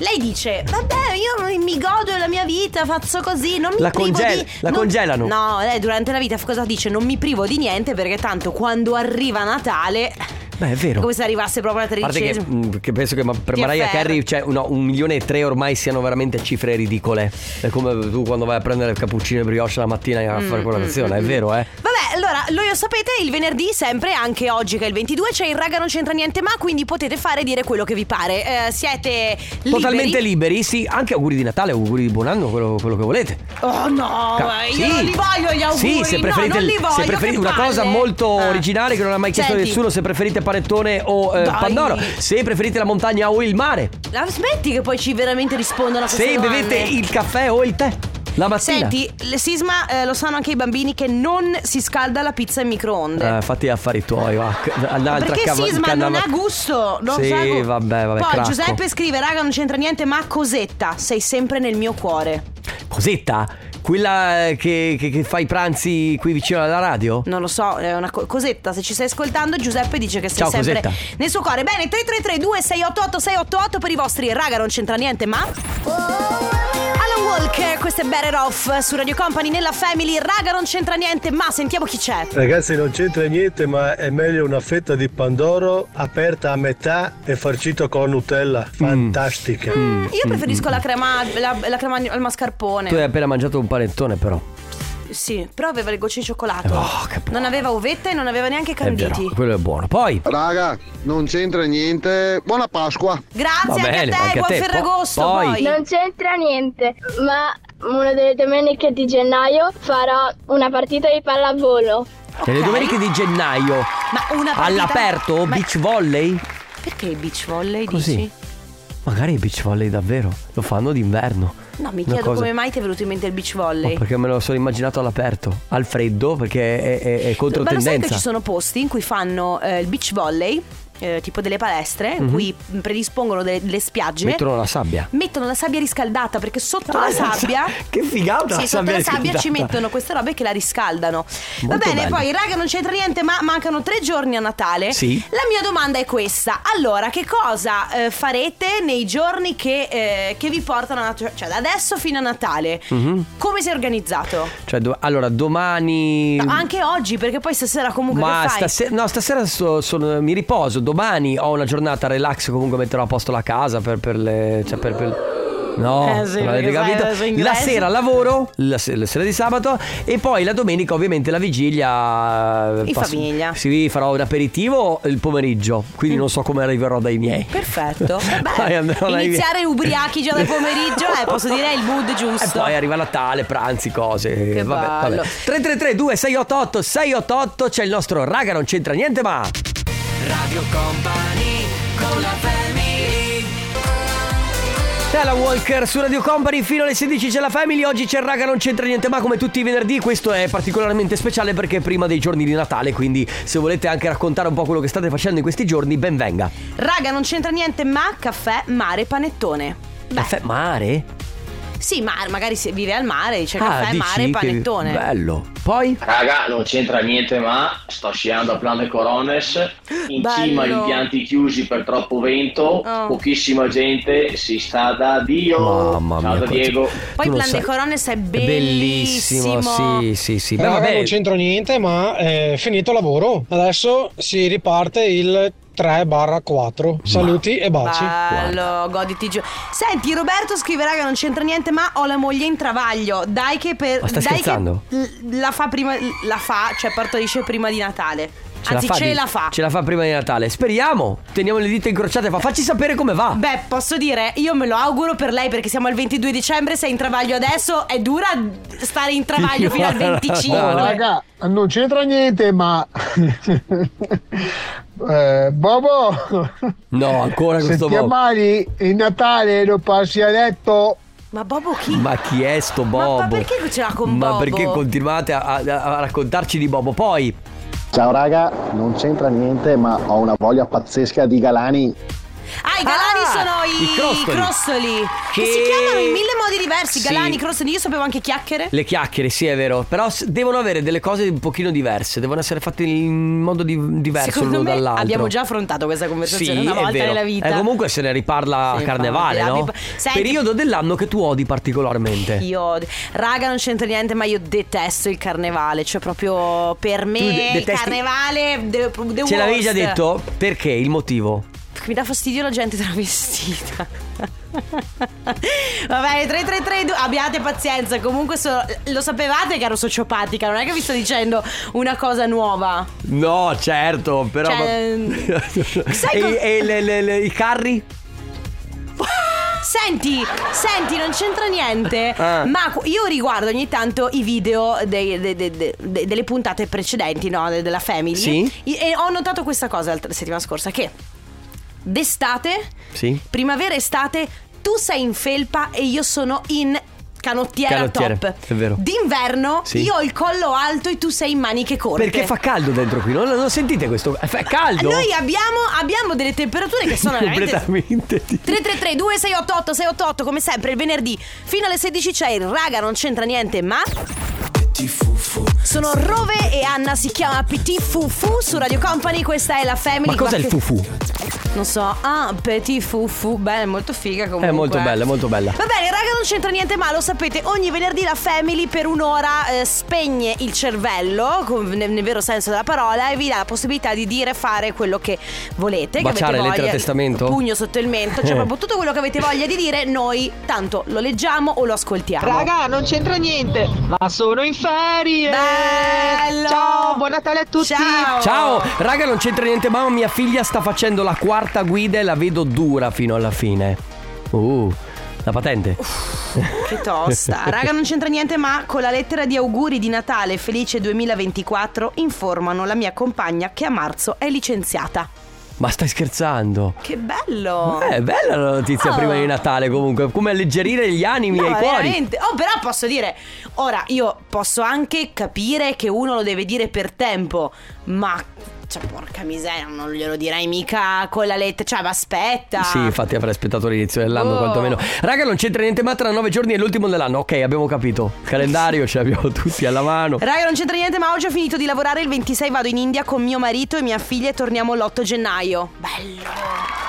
[SPEAKER 2] lei dice, vabbè, io mi godo la mia vita, faccio così, non mi
[SPEAKER 1] La
[SPEAKER 2] privo
[SPEAKER 1] congel-
[SPEAKER 2] di...
[SPEAKER 1] la
[SPEAKER 2] non-
[SPEAKER 1] congelano.
[SPEAKER 2] No, lei durante la vita cosa dice? Non mi privo di niente perché tanto quando arriva Natale...
[SPEAKER 1] Beh, è vero.
[SPEAKER 2] Come se arrivasse proprio la
[SPEAKER 1] A parte che,
[SPEAKER 2] tredicesima.
[SPEAKER 1] mh, che penso che ma- per
[SPEAKER 2] Che
[SPEAKER 1] Mariah
[SPEAKER 2] ferro.
[SPEAKER 1] Carey cioè, no, un milione e tre ormai siano veramente cifre ridicole. È come tu quando vai a prendere il cappuccino e brioche la mattina a
[SPEAKER 2] Mm,
[SPEAKER 1] fare
[SPEAKER 2] mm,
[SPEAKER 1] colazione, è vero, eh?
[SPEAKER 2] Vabbè, allora, lo io sapete, il venerdì sempre, anche oggi che è il 22, c'è il raga non c'entra niente ma, quindi potete fare e dire quello che vi pare. Eh, siete liberi.
[SPEAKER 1] Totalmente liberi, sì, anche auguri di Natale, auguri di buon anno, quello, quello che volete.
[SPEAKER 2] Oh no,
[SPEAKER 1] Ca-
[SPEAKER 2] eh, io
[SPEAKER 1] sì.
[SPEAKER 2] non li voglio gli auguri.
[SPEAKER 1] Sì, se preferite,
[SPEAKER 2] no, non li
[SPEAKER 1] se
[SPEAKER 2] voglio. che
[SPEAKER 1] preferite- una
[SPEAKER 2] palle.
[SPEAKER 1] cosa molto
[SPEAKER 2] Ah.
[SPEAKER 1] originale che non ha mai chiesto
[SPEAKER 2] Senti.
[SPEAKER 1] nessuno, se preferite panettone o eh,
[SPEAKER 2] Dai.
[SPEAKER 1] pandoro, se preferite la montagna o il mare,
[SPEAKER 2] La- Smetti che poi ci veramente rispondono a queste
[SPEAKER 1] se
[SPEAKER 2] domande.
[SPEAKER 1] bevete il caffè o il tè. La mattina.
[SPEAKER 2] Senti, il sisma eh, lo sanno anche i bambini che non si scalda la pizza in microonde.
[SPEAKER 1] Eh, fatti gli affari tuoi, va. C- All'altra
[SPEAKER 2] Perché
[SPEAKER 1] cava-
[SPEAKER 2] sisma
[SPEAKER 1] canna-
[SPEAKER 2] non ha gusto, non
[SPEAKER 1] Sì,
[SPEAKER 2] sa gu-
[SPEAKER 1] vabbè, vabbè,
[SPEAKER 2] Poi
[SPEAKER 1] cracco.
[SPEAKER 2] Giuseppe scrive, raga, non c'entra niente, ma cosetta, sei sempre nel mio cuore.
[SPEAKER 1] Cosetta, Oh, quella eh, che, che- che fa i pranzi qui vicino alla radio?
[SPEAKER 2] Non lo so, è una co- cosetta. Se ci stai ascoltando, Giuseppe dice che sei
[SPEAKER 1] Ciao,
[SPEAKER 2] sempre
[SPEAKER 1] Cosetta.
[SPEAKER 2] nel suo cuore. Bene, 333-2688-688 per i vostri raga, non c'entra niente, ma. Alan Walker, questo è Better Off su Radio Company nella Family. Raga, non c'entra niente, ma sentiamo chi c'è.
[SPEAKER 14] Ragazzi non c'entra niente ma è meglio una fetta di pandoro aperta a metà e farcito con Nutella, fantastica.
[SPEAKER 2] Mm,
[SPEAKER 1] Mm,
[SPEAKER 2] Io preferisco la crema, la, la crema al mascarpone.
[SPEAKER 1] Tu hai appena mangiato un panettone, però.
[SPEAKER 2] Sì, però aveva le gocce di cioccolato.
[SPEAKER 1] Oh, che
[SPEAKER 2] non aveva uvetta e non aveva neanche
[SPEAKER 1] È vero,
[SPEAKER 2] canditi.
[SPEAKER 1] quello è buono. Poi.
[SPEAKER 15] Raga, non c'entra niente. Buona Pasqua.
[SPEAKER 2] Grazie
[SPEAKER 1] Va bene,
[SPEAKER 2] anche a te,
[SPEAKER 1] anche a
[SPEAKER 2] buon
[SPEAKER 1] te. Po-
[SPEAKER 2] Ferragosto.
[SPEAKER 1] poi. Poi.
[SPEAKER 16] Non c'entra niente, ma una delle domeniche di gennaio farò una partita di pallavolo.
[SPEAKER 1] E le domeniche di gennaio.
[SPEAKER 2] Ma una partita-
[SPEAKER 1] All'aperto?
[SPEAKER 2] Ma-
[SPEAKER 1] Beach volley?
[SPEAKER 2] Perché il beach volley
[SPEAKER 1] Così.
[SPEAKER 2] dici?
[SPEAKER 1] Magari il beach volley davvero. Lo fanno d'inverno.
[SPEAKER 2] No, mi
[SPEAKER 1] Una
[SPEAKER 2] chiedo
[SPEAKER 1] cosa-
[SPEAKER 2] come mai ti è venuto in mente il beach
[SPEAKER 1] Ma
[SPEAKER 2] volley.
[SPEAKER 1] perché me lo sono immaginato all'aperto, al freddo, perché è, è, è
[SPEAKER 2] Ma lo sai che ci
[SPEAKER 1] controtendenza.
[SPEAKER 2] sono posti in cui fanno eh, il beach volley, eh, tipo delle palestre, in
[SPEAKER 1] Mhm.
[SPEAKER 2] cui predispongono delle, delle spiagge.
[SPEAKER 1] Mettono la sabbia.
[SPEAKER 2] Mettono la sabbia riscaldata perché sotto la sabbia.
[SPEAKER 1] Ah, cioè, Che figata!
[SPEAKER 2] Sì,
[SPEAKER 1] la
[SPEAKER 2] sotto
[SPEAKER 1] sabbia
[SPEAKER 2] la sabbia
[SPEAKER 1] riscaldata.
[SPEAKER 2] ci mettono queste robe che la riscaldano. Va
[SPEAKER 1] Molto
[SPEAKER 2] bene,
[SPEAKER 1] bello.
[SPEAKER 2] poi raga non c'entra niente, ma mancano tre giorni a Natale.
[SPEAKER 1] Sì.
[SPEAKER 2] La mia domanda è questa. Allora, che cosa eh, farete nei giorni che, eh, che vi portano a Natale? Cioè, da adesso fino a Natale.
[SPEAKER 1] Mhm.
[SPEAKER 2] Come si è organizzato?
[SPEAKER 1] Cioè, do- allora, domani.
[SPEAKER 2] Anche oggi, perché poi stasera comunque
[SPEAKER 1] Ma
[SPEAKER 2] che fai?
[SPEAKER 1] stasera, no, stasera so- sono- mi riposo. Domani ho una giornata relax. Comunque metterò a posto la casa per, per le. Cioè per, per- No,
[SPEAKER 2] Eh sì,
[SPEAKER 1] non avete
[SPEAKER 2] perché sai,
[SPEAKER 1] capito?
[SPEAKER 2] adesso
[SPEAKER 1] La
[SPEAKER 2] in Grecia.
[SPEAKER 1] sera lavoro, la, se- la sera di sabato e poi la domenica ovviamente la vigilia. eh,
[SPEAKER 2] In famiglia. Mm.
[SPEAKER 1] Sì, farò un aperitivo il pomeriggio, quindi non so come arriverò dai miei.
[SPEAKER 2] Perfetto.
[SPEAKER 1] Poi andrò dai miei.
[SPEAKER 2] Iniziare ubriachi già dal pomeriggio, eh, posso dire è il mood giusto.
[SPEAKER 1] E poi arriva Natale, pranzi, cose.
[SPEAKER 2] Che
[SPEAKER 1] vabbè,
[SPEAKER 2] bello.
[SPEAKER 1] vabbè. 333 2688 688 c'è il nostro raga, non c'entra niente, ma
[SPEAKER 4] Radio Company con la family.
[SPEAKER 1] Stella Walker su Radio Company fino alle 16 c'è la Family, oggi c'è il raga non c'entra niente ma come tutti i venerdì questo è particolarmente speciale perché è prima dei giorni di Natale quindi se volete anche raccontare un po' quello che state facendo in questi giorni ben venga.
[SPEAKER 2] Raga, non c'entra niente, ma caffè, mare, panettone.
[SPEAKER 1] Caffè mare?
[SPEAKER 2] Sì, ma magari se vive al mare, dice
[SPEAKER 1] Ah,
[SPEAKER 2] caffè,
[SPEAKER 1] dici
[SPEAKER 2] mare,
[SPEAKER 1] che-
[SPEAKER 2] panettone.
[SPEAKER 1] Bello. Poi?
[SPEAKER 17] Raga, non c'entra niente, ma sto sciando a Plan de Corones. In
[SPEAKER 2] Bello.
[SPEAKER 17] cima agli impianti chiusi per troppo vento,
[SPEAKER 2] Oh.
[SPEAKER 17] pochissima gente, si sta da Dio.
[SPEAKER 1] Mamma
[SPEAKER 17] Ciao
[SPEAKER 1] mia,
[SPEAKER 17] da
[SPEAKER 1] cosa-
[SPEAKER 17] Diego.
[SPEAKER 2] Poi
[SPEAKER 1] Tu lo
[SPEAKER 2] Plan de
[SPEAKER 1] sai.
[SPEAKER 2] Corones è
[SPEAKER 1] È
[SPEAKER 2] bellissimo.
[SPEAKER 1] sì, sì, sì.
[SPEAKER 4] Eh,
[SPEAKER 1] Beh,
[SPEAKER 18] Raga,
[SPEAKER 1] Eh, vabbè.
[SPEAKER 18] non c'entro niente, ma è finito il lavoro. Adesso si riparte il 3-4. Saluti e baci.
[SPEAKER 2] Bello, goditi gio- Senti, Roberto scrive raga non c'entra niente, ma ho la moglie in travaglio. Dai che per
[SPEAKER 1] Ma stai
[SPEAKER 2] dai
[SPEAKER 1] scherzando?
[SPEAKER 2] che l- la fa prima la fa, cioè partorisce prima di Natale. Anzi, ce
[SPEAKER 1] di-
[SPEAKER 2] la fa.
[SPEAKER 1] Ce la fa prima di Natale. Speriamo. Teniamo le dita incrociate. Fa, facci sapere come va.
[SPEAKER 2] Beh, posso dire, io me lo auguro per lei perché siamo al 22 dicembre, sei in travaglio adesso, è dura stare in travaglio fino al 25.
[SPEAKER 9] Oh, raga, non c'entra niente, ma. eh, Bobo!
[SPEAKER 1] No, ancora
[SPEAKER 9] Se
[SPEAKER 1] questo
[SPEAKER 9] ti
[SPEAKER 1] Bob.
[SPEAKER 9] ammali il Natale lo passi a letto.
[SPEAKER 2] Ma Bobo chi?
[SPEAKER 1] Ma chi è sto Bobo?
[SPEAKER 2] ma perché ce l'ha con
[SPEAKER 1] Ma
[SPEAKER 2] Bobo?
[SPEAKER 1] perché continuate a, a- a raccontarci di Bobo? Poi.
[SPEAKER 19] Ciao raga, non c'entra niente, ma ho una voglia pazzesca di Galani.
[SPEAKER 2] Ah, i galani
[SPEAKER 1] Ah,
[SPEAKER 2] sono i,
[SPEAKER 1] i crostoli.
[SPEAKER 2] crostoli, Che...
[SPEAKER 1] Che-
[SPEAKER 2] si chiamano in mille modi diversi.
[SPEAKER 1] Sì.
[SPEAKER 2] Galani, crostoli. Io sapevo anche chiacchiere.
[SPEAKER 1] Le chiacchiere, sì, è vero. Però s- devono avere delle cose un pochino diverse. Devono essere fatte in modo di- diverso
[SPEAKER 2] Secondo
[SPEAKER 1] l'uno
[SPEAKER 2] me
[SPEAKER 1] dall'altro.
[SPEAKER 2] abbiamo già affrontato questa
[SPEAKER 1] Sì,
[SPEAKER 2] conversazione una
[SPEAKER 1] è
[SPEAKER 2] volta
[SPEAKER 1] vero.
[SPEAKER 2] nella vita.
[SPEAKER 1] Eh, comunque se ne riparla
[SPEAKER 2] Sì,
[SPEAKER 1] a carnevale,
[SPEAKER 2] infatti,
[SPEAKER 1] no?
[SPEAKER 2] abbi- Senti-
[SPEAKER 1] Periodo dell'anno che tu odi particolarmente.
[SPEAKER 2] Io, raga, non c'entra niente, ma io detesto il carnevale. Cioè, proprio per me,
[SPEAKER 1] Tu de-
[SPEAKER 2] il
[SPEAKER 1] detesti-
[SPEAKER 2] carnevale. The, the
[SPEAKER 1] Ce l'avevi già
[SPEAKER 2] worst.
[SPEAKER 1] detto? Perché? Il motivo?
[SPEAKER 2] Perché mi dà fastidio la gente travestita. Va bene, 3332, abbiate pazienza. Comunque, so- lo sapevate che ero sociopatica. Non è che vi sto dicendo una cosa nuova.
[SPEAKER 1] No, certo, però.
[SPEAKER 2] Cioè, sai
[SPEAKER 1] e
[SPEAKER 2] cos-
[SPEAKER 1] e le- le- le- i carri?
[SPEAKER 2] Senti, senti, non c'entra niente.
[SPEAKER 1] Ah.
[SPEAKER 2] Ma qu- io riguardo ogni tanto i video dei- de- de- de- de- delle puntate precedenti, no? de- della Family.
[SPEAKER 1] Sì.
[SPEAKER 2] I- E ho notato questa cosa la settimana scorsa: che d'estate,
[SPEAKER 1] Sì.
[SPEAKER 2] primavera, estate, tu sei in felpa e io sono in Canottiera,
[SPEAKER 1] Canottiere,
[SPEAKER 2] top.
[SPEAKER 1] è vero.
[SPEAKER 2] D'inverno
[SPEAKER 1] Sì.
[SPEAKER 2] io ho il collo alto e tu sei in maniche corte.
[SPEAKER 1] Perché fa caldo dentro qui, non lo sentite questo? eh, Fa caldo?
[SPEAKER 2] Noi abbiamo, abbiamo delle temperature che sono veramente
[SPEAKER 1] completamente
[SPEAKER 2] 333 2688 688 come sempre il venerdì fino alle 16 c'è il raga non c'entra niente ma sono Rove e Anna si chiama PT Fufu su Radio Company questa è la
[SPEAKER 1] Ma
[SPEAKER 2] family
[SPEAKER 1] cos'è il
[SPEAKER 2] Guarda che-
[SPEAKER 1] fufu?
[SPEAKER 2] non so ah Petit Fufu beh è molto figa comunque eh.
[SPEAKER 1] È molto bella, è molto bella.
[SPEAKER 2] Va bene, raga, non c'entra niente ma lo sapete, ogni venerdì la Family per un'ora eh, spegne il cervello, con- nel, nel vero senso della parola, e vi dà la possibilità di dire e fare quello che volete. che
[SPEAKER 1] Baciare,
[SPEAKER 2] avete
[SPEAKER 1] lettera,
[SPEAKER 2] voglia,
[SPEAKER 1] testamento? Eh.
[SPEAKER 2] Pugno sotto il mento, cioè proprio tutto quello che avete voglia di dire, noi tanto lo leggiamo o lo ascoltiamo.
[SPEAKER 20] Raga, non c'entra niente, ma sono in ferie.
[SPEAKER 2] Bello!
[SPEAKER 20] Ciao, buon Natale a tutti.
[SPEAKER 1] Ciao, raga, non c'entra niente, mamma mia figlia sta facendo la quarta guida e la vedo dura fino alla fine. Uh, la patente.
[SPEAKER 2] Che tosta. Raga, non c'entra niente, ma con la lettera di auguri di Natale felice 2024 informano la mia compagna che a marzo è licenziata.
[SPEAKER 1] Ma stai scherzando?
[SPEAKER 2] Che bello!
[SPEAKER 1] Eh, è bella la notizia
[SPEAKER 2] Oh.
[SPEAKER 1] prima di Natale comunque, come alleggerire gli animi e i
[SPEAKER 2] No,
[SPEAKER 1] cuori.
[SPEAKER 2] veramente. Oh, però posso dire, ora io posso anche capire che uno lo deve dire per tempo, ma cioè, porca miseria, non glielo direi mica con la lettera, cioè, ma aspetta.
[SPEAKER 1] Sì, infatti avrei aspettato l'inizio dell'anno
[SPEAKER 2] Oh.
[SPEAKER 1] quantomeno. Raga, non c'entra niente, ma tra nove giorni è l'ultimo dell'anno. Ok, abbiamo capito. Calendario ce l'abbiamo tutti alla mano.
[SPEAKER 2] Raga, non c'entra niente, ma oggi ho finito di lavorare il 26 vado in India con mio marito e mia figlia e torniamo l'8 gennaio. Bello.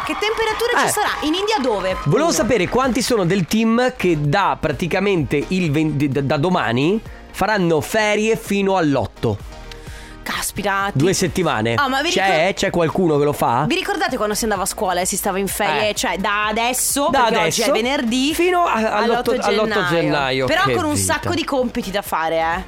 [SPEAKER 2] Che temperatura
[SPEAKER 1] Eh.
[SPEAKER 2] ci sarà? In India dove?
[SPEAKER 1] Volevo sapere quanti sono del team che da praticamente il 20 da- da domani faranno ferie fino all'8.
[SPEAKER 2] Caspita. ti-
[SPEAKER 1] Due settimane.
[SPEAKER 2] Ah, ma vi
[SPEAKER 1] c'è,
[SPEAKER 2] ricor-
[SPEAKER 1] c'è qualcuno che lo fa?
[SPEAKER 2] Vi ricordate quando si andava a scuola e si stava in ferie?
[SPEAKER 1] Eh.
[SPEAKER 2] Cioè, da adesso,
[SPEAKER 1] Da
[SPEAKER 2] perché
[SPEAKER 1] adesso
[SPEAKER 2] oggi è venerdì,
[SPEAKER 1] fino a-
[SPEAKER 2] all'8
[SPEAKER 1] all'otto- all'otto gennaio.
[SPEAKER 2] Però
[SPEAKER 1] Che
[SPEAKER 2] con un
[SPEAKER 1] vita.
[SPEAKER 2] sacco di compiti da fare,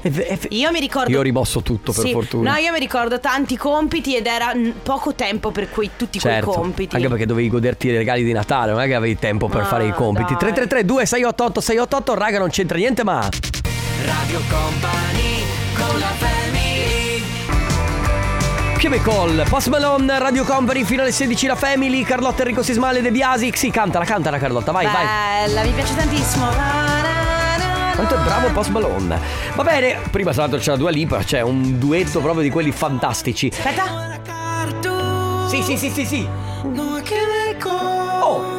[SPEAKER 2] eh. Io mi ricordo.
[SPEAKER 1] Io ho rimosso tutto, per
[SPEAKER 2] Sì.
[SPEAKER 1] fortuna.
[SPEAKER 2] No, io mi ricordo tanti compiti ed era mh, poco tempo per quei, tutti
[SPEAKER 1] Certo,
[SPEAKER 2] quei compiti.
[SPEAKER 1] anche perché dovevi goderti i regali di Natale, non è che avevi tempo per
[SPEAKER 2] Ma
[SPEAKER 1] fare i compiti.
[SPEAKER 2] dai.
[SPEAKER 1] 333 2688 688, raga, non c'entra niente, ma Radio Company con la Che call, Post Malone, Radio Company fino alle 16 la Family, Carlotta Enrico Sismale De Biasi. Sì, cantala, cantala Carlotta, vai, vai.
[SPEAKER 2] Bella, mi piace tantissimo.
[SPEAKER 1] Quanto è bravo Post Malone. Va bene, prima tra l'altro c'è la Dua Lipa, c'è un duetto proprio di quelli fantastici.
[SPEAKER 2] Aspetta.
[SPEAKER 1] Sì, sì, sì, sì, sì.
[SPEAKER 10] Oh.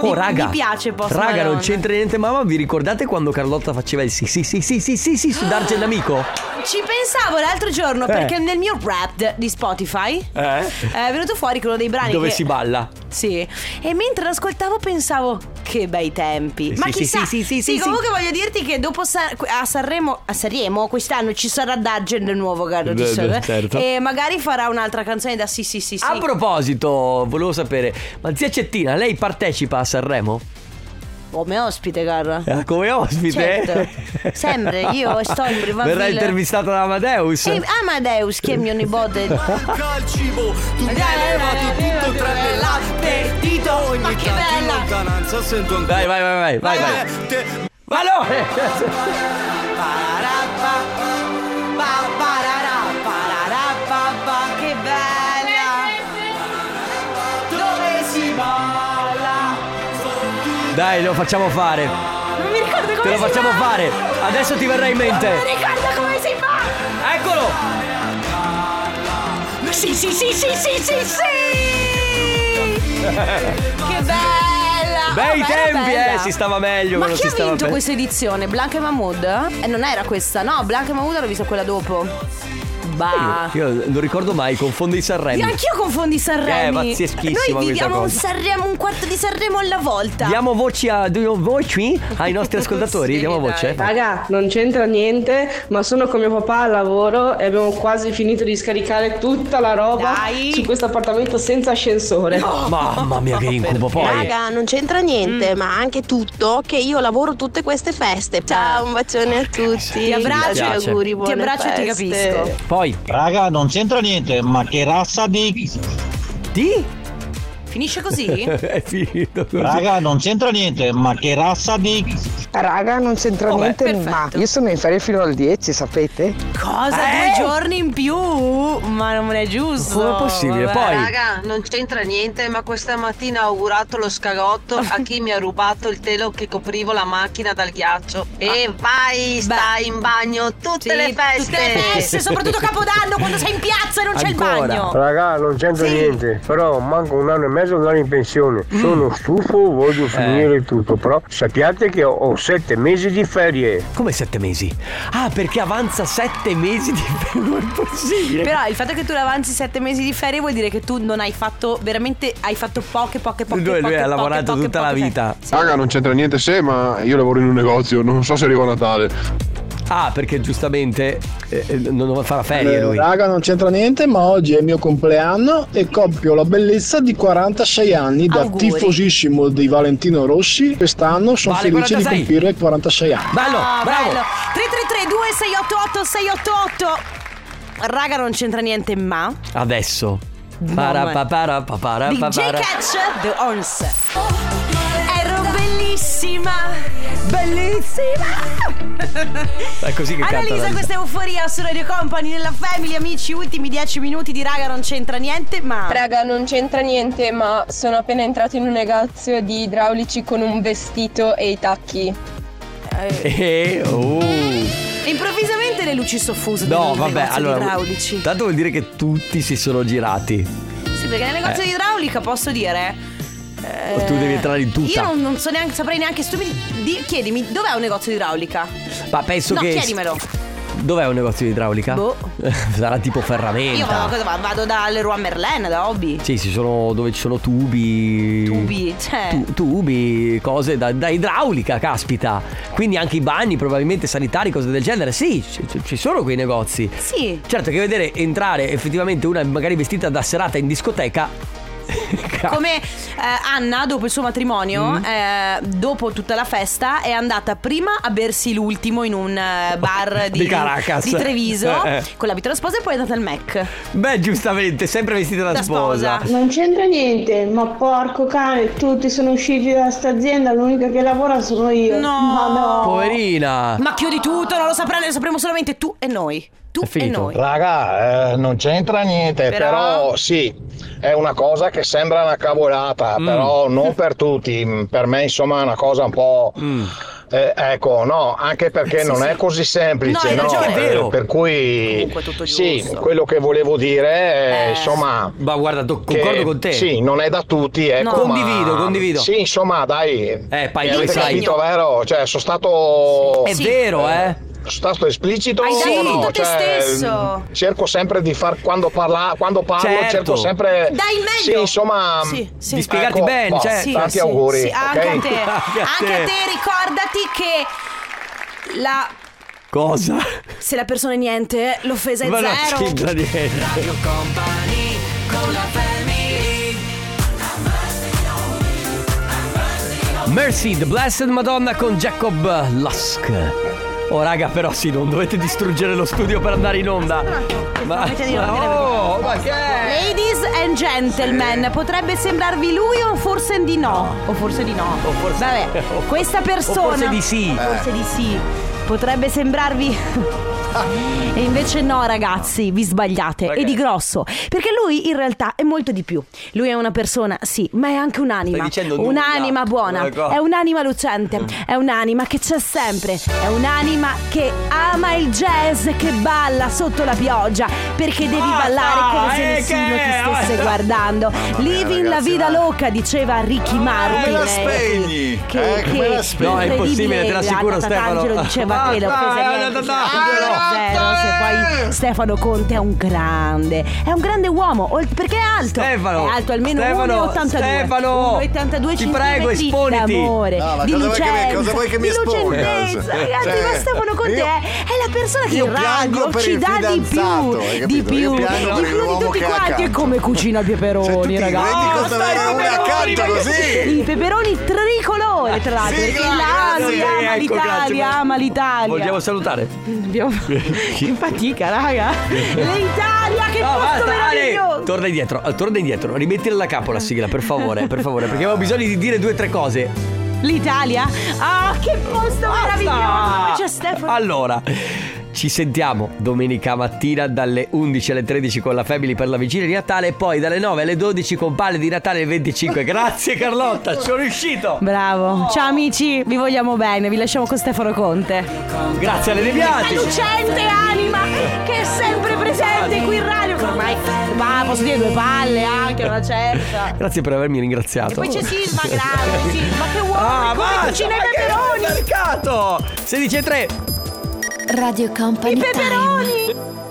[SPEAKER 1] Oh raga,
[SPEAKER 2] mi piace Post
[SPEAKER 1] Raga, non
[SPEAKER 2] Malone.
[SPEAKER 1] c'entra niente mamma, vi ricordate quando Carlotta faceva il sì sì sì sì sì sì, sì su
[SPEAKER 2] Ah.
[SPEAKER 1] Dargen Amico?
[SPEAKER 2] Ci pensavo l'altro giorno
[SPEAKER 1] Eh.
[SPEAKER 2] perché nel mio rap di Spotify
[SPEAKER 1] Eh?
[SPEAKER 2] è venuto fuori quello dei brani
[SPEAKER 1] Dove
[SPEAKER 2] che-
[SPEAKER 1] si balla?
[SPEAKER 2] Sì, e mentre l'ascoltavo pensavo che bei tempi.
[SPEAKER 1] Sì,
[SPEAKER 2] Ma
[SPEAKER 1] sì,
[SPEAKER 2] chissà,
[SPEAKER 1] sì, sì, sì, sì,
[SPEAKER 2] comunque voglio dirti che dopo Sa- a Sanremo, a Sanremo quest'anno ci sarà Dargen del nuovo Gardo di
[SPEAKER 1] Beh,
[SPEAKER 2] Sole
[SPEAKER 1] beh, certo.
[SPEAKER 2] e magari farà un'altra canzone da sì sì sì sì.
[SPEAKER 1] A proposito, volevo sapere, ma zia Cettina, lei partecipa a Sanremo?
[SPEAKER 2] Come ospite, caro.
[SPEAKER 1] Eh, Come ospite?
[SPEAKER 2] Certo. Sempre, io sto in prima
[SPEAKER 1] Verrà
[SPEAKER 2] fila.
[SPEAKER 1] intervistata da Amadeus?
[SPEAKER 2] E Amadeus, che è mio nipote.
[SPEAKER 1] Manca
[SPEAKER 2] il cibo, tu mi tutto tranne latte, Tito, ma che bella!
[SPEAKER 1] lontananza sento Vai, vai, vai, vai, vai,
[SPEAKER 3] Eh,
[SPEAKER 1] vai. Valore!
[SPEAKER 10] Che bella. Dove si balla?
[SPEAKER 1] Dai, lo facciamo fare.
[SPEAKER 10] Non mi ricordo come
[SPEAKER 1] Te lo
[SPEAKER 10] si
[SPEAKER 1] facciamo
[SPEAKER 10] fa.
[SPEAKER 1] fare. Adesso ti verrà in mente.
[SPEAKER 10] Non mi ricordo come si fa.
[SPEAKER 1] Eccolo!
[SPEAKER 10] Sì, sì, sì, sì, sì, sì, sì.
[SPEAKER 2] Che bella!
[SPEAKER 1] Bei
[SPEAKER 2] Oh, bella,
[SPEAKER 1] tempi,
[SPEAKER 2] bella.
[SPEAKER 1] eh, si stava meglio.
[SPEAKER 2] Ma
[SPEAKER 1] non
[SPEAKER 2] chi
[SPEAKER 1] si
[SPEAKER 2] ha
[SPEAKER 1] stava
[SPEAKER 2] vinto
[SPEAKER 1] bene.
[SPEAKER 2] questa edizione? Blanca e Mahmood? Eh, non era questa, no, Blanca e Mahmood l'ho vista quella dopo. Bah.
[SPEAKER 1] Io non ricordo mai, confondo i Sanremo.
[SPEAKER 2] Ah. Io anch'io confondi i Sanremo.
[SPEAKER 1] Eh, pazzieschissima
[SPEAKER 2] Noi viviamo un
[SPEAKER 1] questa cosa.
[SPEAKER 2] Sanremo, un quarto di Sanremo alla volta.
[SPEAKER 1] Diamo voci a, diamo voci ai nostri ascoltatori, diamo voce.
[SPEAKER 21] Raga, non c'entra niente, ma sono con mio papà al lavoro e abbiamo quasi finito di scaricare tutta la roba su questo appartamento senza ascensore.
[SPEAKER 1] Oh, Mamma mia che incubo poi.
[SPEAKER 22] Raga, non c'entra niente, ma anche tutto che io lavoro tutte queste feste. Cioè, Ciao, un bacione a tutti.
[SPEAKER 2] Ti abbraccio.
[SPEAKER 22] Tanti auguri,
[SPEAKER 2] Ti
[SPEAKER 22] buone
[SPEAKER 2] abbraccio e ti
[SPEAKER 22] feste.
[SPEAKER 2] capisco.
[SPEAKER 1] Poi.
[SPEAKER 23] Raga, non c'entra niente, ma che razza di.
[SPEAKER 1] Di?
[SPEAKER 2] Finisce così?
[SPEAKER 1] È finito così.
[SPEAKER 23] Raga, non c'entra niente, ma che razza di.
[SPEAKER 24] Raga, non c'entra
[SPEAKER 2] Vabbè,
[SPEAKER 24] niente, ma
[SPEAKER 2] perfetto.
[SPEAKER 24] io sono in ferie fino al 10, sapete?
[SPEAKER 2] Cosa?
[SPEAKER 1] Eh?
[SPEAKER 2] Due giorni in più? Ma non è giusto.
[SPEAKER 24] Com'è possibile?
[SPEAKER 2] Vabbè.
[SPEAKER 24] Poi-
[SPEAKER 6] Raga, non c'entra niente, ma questa mattina ho augurato lo scagotto a chi mi ha rubato il telo che coprivo la macchina dal ghiaccio.
[SPEAKER 1] Ah.
[SPEAKER 6] E vai, stai in bagno tutte le feste.
[SPEAKER 2] tutte le feste, soprattutto Capodanno quando sei in piazza e non c'è il bagno.
[SPEAKER 25] Raga, non c'entra niente, però manco un anno e mezzo andare in pensione.
[SPEAKER 2] Mm.
[SPEAKER 25] Sono stufo, voglio
[SPEAKER 26] Eh.
[SPEAKER 25] finire tutto, però sappiate che ho, ho sette mesi di ferie.
[SPEAKER 1] Come sette mesi? Ah, perché avanza sette mesi di non è possibile.
[SPEAKER 2] Però il fatto che tu l'avanzi sette mesi di ferie vuol dire che tu non hai fatto veramente hai fatto poche poche poche
[SPEAKER 1] Lui, lui
[SPEAKER 2] poche,
[SPEAKER 1] ha
[SPEAKER 2] poche,
[SPEAKER 1] lavorato
[SPEAKER 2] poche,
[SPEAKER 1] tutta la vita.
[SPEAKER 26] Raga, non c'entra niente se, ma io lavoro in un negozio, non so se arrivo a Natale.
[SPEAKER 1] Ah, perché giustamente eh, eh, non farà ferie lui.
[SPEAKER 27] Raga, non c'entra niente, ma oggi è il mio compleanno e compio la bellezza di 46 anni da
[SPEAKER 1] Auguri.
[SPEAKER 27] tifosissimo di Valentino Rossi. Quest'anno sono
[SPEAKER 1] Vale
[SPEAKER 27] felice
[SPEAKER 1] 46.
[SPEAKER 27] di compiere 46 anni.
[SPEAKER 1] Bello,
[SPEAKER 2] Ah,
[SPEAKER 1] bravo.
[SPEAKER 2] bello. 333 2688 688 Raga non c'entra niente ma
[SPEAKER 1] Adesso.
[SPEAKER 2] No,
[SPEAKER 1] Para,
[SPEAKER 2] ma-
[SPEAKER 1] pa, para, pa, para,
[SPEAKER 2] DJ
[SPEAKER 1] pa, para.
[SPEAKER 2] Catch The Horns Ero bellissima Bellissima
[SPEAKER 1] È così che canta.
[SPEAKER 2] Annalisa,
[SPEAKER 1] Annalisa.
[SPEAKER 2] questa è Euforia su Radio Company nella Family, amici, ultimi 10 minuti di raga non c'entra niente, ma
[SPEAKER 5] Raga, non c'entra niente, ma sono appena entrato in un negozio di idraulici con un vestito e i tacchi.
[SPEAKER 1] Eh, oh.
[SPEAKER 2] improvvisamente le luci soffuse
[SPEAKER 1] No,
[SPEAKER 2] del
[SPEAKER 1] vabbè,
[SPEAKER 2] negozio di
[SPEAKER 1] allora.
[SPEAKER 2] idraulica.
[SPEAKER 1] Tanto vuol dire che tutti si sono girati.
[SPEAKER 2] Sì, perché nel negozio
[SPEAKER 1] Eh.
[SPEAKER 2] di idraulica posso dire eh,
[SPEAKER 1] Tu devi entrare in tutta.
[SPEAKER 2] Io non, non so neanche, saprei neanche stupidi. di- chiedimi, dov'è un negozio di idraulica?
[SPEAKER 1] Ma penso
[SPEAKER 2] no,
[SPEAKER 1] che.
[SPEAKER 2] chiedimelo.
[SPEAKER 1] Dov'è un negozio di idraulica?
[SPEAKER 2] Boh.
[SPEAKER 1] Sarà tipo
[SPEAKER 2] Io vado,
[SPEAKER 1] ferramenta.
[SPEAKER 2] cosa- vado da Leroy Merlin, da Hobby.
[SPEAKER 1] Sì, ci sono dove ci sono tubi.
[SPEAKER 2] Tubi, cioè.
[SPEAKER 1] Tu- tubi, cose da, da idraulica, caspita. Quindi anche i bagni, probabilmente sanitari, cose del genere. Sì, ci, ci- ci sono quei negozi.
[SPEAKER 2] Sì.
[SPEAKER 1] Certo che vedere entrare effettivamente una magari vestita da serata in discoteca.
[SPEAKER 2] Come eh, Anna, dopo il suo matrimonio,
[SPEAKER 1] Mm.
[SPEAKER 2] eh, dopo tutta la festa, è andata prima a bersi l'ultimo in un eh, bar di,
[SPEAKER 1] Di Caracas.
[SPEAKER 2] di Treviso
[SPEAKER 1] Eh, eh.
[SPEAKER 2] con l'abito della sposa e poi è andata al Mac.
[SPEAKER 1] Beh, giustamente, sempre vestita da,
[SPEAKER 2] Da sposa.
[SPEAKER 28] Non c'entra niente, ma porco cane, tutti sono usciti da sta azienda, l'unica che lavora sono io.
[SPEAKER 2] No.
[SPEAKER 28] Ma no.
[SPEAKER 1] Poverina.
[SPEAKER 2] Ma chiudi tutto, non lo saprai, ne sapremo solamente tu e noi. Tu e noi.
[SPEAKER 9] Raga, eh, non c'entra niente,
[SPEAKER 2] Però?
[SPEAKER 9] però... sì, è una cosa che sembra una
[SPEAKER 1] Mm.
[SPEAKER 9] cavolata, però non per tutti, mm, per me insomma è una cosa un po'... eh, ecco, no, anche perché
[SPEAKER 29] Mm. Sì,
[SPEAKER 9] non
[SPEAKER 29] sì.
[SPEAKER 9] è così semplice,
[SPEAKER 29] No,
[SPEAKER 9] no?
[SPEAKER 29] hai ragione, è
[SPEAKER 9] Eh,
[SPEAKER 29] vero.
[SPEAKER 9] Per cui, sì,
[SPEAKER 29] giusto.
[SPEAKER 9] quello che volevo dire, è, insomma,
[SPEAKER 1] Ma guarda, do- Eh, concordo con te.
[SPEAKER 9] Sì, non è da tutti, ecco,
[SPEAKER 1] No.
[SPEAKER 9] ma-
[SPEAKER 1] Condivido, condivido.
[SPEAKER 9] Sì, insomma, dai.
[SPEAKER 1] Eh, pai,
[SPEAKER 9] avete
[SPEAKER 1] sai.
[SPEAKER 9] capito, vero? Cioè, sono stato
[SPEAKER 1] È Sì. vero, eh.
[SPEAKER 9] Sono stato esplicito
[SPEAKER 2] Hai dato
[SPEAKER 9] o no?
[SPEAKER 2] tutto te
[SPEAKER 9] Cioè,
[SPEAKER 2] stesso.
[SPEAKER 9] Cerco sempre di far quando, parla, quando parlo,
[SPEAKER 1] Certo.
[SPEAKER 9] cerco sempre.
[SPEAKER 2] Dai il meglio.
[SPEAKER 9] Sì, insomma,
[SPEAKER 2] Sì, sì.
[SPEAKER 1] Di spiegarti bene,
[SPEAKER 9] boh,
[SPEAKER 1] certo.
[SPEAKER 9] Tanti
[SPEAKER 1] Sì,
[SPEAKER 9] auguri.
[SPEAKER 2] Sì, anche
[SPEAKER 9] ok?
[SPEAKER 2] a te.
[SPEAKER 1] Anche a
[SPEAKER 2] Anche a
[SPEAKER 1] te.
[SPEAKER 2] te, ricordati che la
[SPEAKER 1] Cosa?
[SPEAKER 2] se la persona è niente, l'offesa è
[SPEAKER 1] Ma non
[SPEAKER 2] zero.
[SPEAKER 1] c'entra niente. Mercy, The Blessed Madonna con Jacob Lusk. Oh raga, però sì, non dovete distruggere lo studio per andare in onda. Ma oh, ma che
[SPEAKER 2] Ladies and gentlemen, potrebbe sembrarvi lui o forse di no. O forse di no. Vabbè, questa persona.
[SPEAKER 1] o forse di sì.
[SPEAKER 30] Eh.
[SPEAKER 2] o forse di sì. Potrebbe sembrarvi. e invece no, ragazzi, vi sbagliate. E di grosso. Perché lui in realtà è molto di più. Lui è una persona, sì, ma è anche un'anima.
[SPEAKER 30] Stai dicendo nulla.
[SPEAKER 2] un'anima buona.
[SPEAKER 30] Ecco.
[SPEAKER 2] È un'anima lucente. È un'anima che c'è sempre. È un'anima che ama il jazz, che balla sotto la pioggia. Perché devi ballare come se
[SPEAKER 31] eh,
[SPEAKER 2] nessuno
[SPEAKER 31] che-
[SPEAKER 2] ti stesse guardando. Living la
[SPEAKER 30] eh.
[SPEAKER 2] vida loca, diceva Ricky
[SPEAKER 30] Ah,
[SPEAKER 2] Martin.
[SPEAKER 31] me la
[SPEAKER 2] eh,
[SPEAKER 31] spegni?
[SPEAKER 2] Che,
[SPEAKER 31] Eh, come
[SPEAKER 2] che
[SPEAKER 31] la spegni? No, è
[SPEAKER 2] incredibile,
[SPEAKER 1] impossibile, te l'assicuro,
[SPEAKER 2] Anna Tatangelo
[SPEAKER 1] Stefano.
[SPEAKER 2] diceva che
[SPEAKER 1] Basta,
[SPEAKER 2] l'offesa
[SPEAKER 1] eh,
[SPEAKER 2] è niente,
[SPEAKER 1] Anna
[SPEAKER 2] "Ah, zero, se poi Stefano Conte è un grande, è un grande uomo, ol- perché è alto.
[SPEAKER 1] Stefano,
[SPEAKER 2] è alto almeno
[SPEAKER 1] Stefano,
[SPEAKER 2] 1,82.
[SPEAKER 1] Stefano,
[SPEAKER 2] 1,82
[SPEAKER 1] ti prego,
[SPEAKER 2] centimetri
[SPEAKER 1] esponiti.
[SPEAKER 2] d'amore,
[SPEAKER 1] No, ma
[SPEAKER 2] di
[SPEAKER 1] cosa vuoi che mi-
[SPEAKER 2] licenza,
[SPEAKER 1] cosa vuoi che mi
[SPEAKER 2] di
[SPEAKER 1] esponga?
[SPEAKER 2] lucentezza.
[SPEAKER 1] Cioè,
[SPEAKER 2] Ragazzi, ma Stefano Conte
[SPEAKER 1] io-
[SPEAKER 2] è, è la persona che
[SPEAKER 3] io
[SPEAKER 2] in
[SPEAKER 3] piango
[SPEAKER 2] radio
[SPEAKER 3] per
[SPEAKER 2] ci
[SPEAKER 3] il
[SPEAKER 2] dà di più,
[SPEAKER 3] fidanzato, hai
[SPEAKER 2] di
[SPEAKER 3] capito? Io
[SPEAKER 2] più, di
[SPEAKER 3] piango per
[SPEAKER 2] più di
[SPEAKER 3] l'uomo
[SPEAKER 2] tutti
[SPEAKER 3] che ha
[SPEAKER 2] quanti. È
[SPEAKER 3] accanto.
[SPEAKER 2] come cucina i peperoni, ragazzi.
[SPEAKER 3] cosa avere una accanto così?
[SPEAKER 2] Oh, I peperoni tricolore, tra l'altro.
[SPEAKER 3] Sigla,
[SPEAKER 2] perché l'Italia
[SPEAKER 1] grazie,
[SPEAKER 2] ama
[SPEAKER 1] ecco, grazie,
[SPEAKER 2] l'Italia,
[SPEAKER 1] grazie.
[SPEAKER 2] ama l'Italia.
[SPEAKER 1] Vogliamo salutare?
[SPEAKER 2] Abbiamo- che fatica, raga. L'Italia, che
[SPEAKER 1] No,
[SPEAKER 2] posto
[SPEAKER 1] basta, Ale,
[SPEAKER 2] meraviglioso.
[SPEAKER 1] torna indietro, eh, torna indietro, rimettila da capo la sigla, per favore, per favore, perché avevo bisogno di dire due o tre cose.
[SPEAKER 2] L'Italia? Ah, che posto meraviglioso! C'è Stefano.
[SPEAKER 1] Allora, ci sentiamo domenica mattina dalle 11 alle 13 con la Family per la vigilia di Natale e poi dalle 9 alle 12 con Pale di Natale il 25. Grazie Carlotta, ci sono riuscito.
[SPEAKER 2] Bravo. Ciao amici, vi vogliamo bene, vi lasciamo con Stefano Conte.
[SPEAKER 1] Grazie alle Leviati.
[SPEAKER 2] Questa lucente anima che è sempre
[SPEAKER 1] Esatto.
[SPEAKER 2] presente qui in radio. Ormai, ma posso dire due palle anche, una certa.
[SPEAKER 1] Grazie per avermi ringraziato.
[SPEAKER 2] E poi c'è Sisma, grave, Sisma, che uomo,
[SPEAKER 1] Ah,
[SPEAKER 2] come
[SPEAKER 1] basta,
[SPEAKER 2] cucina i
[SPEAKER 1] ma che
[SPEAKER 2] peperoni.
[SPEAKER 1] mercato! 16 e 3.
[SPEAKER 4] Radio Company
[SPEAKER 2] I peperoni!
[SPEAKER 4] Time.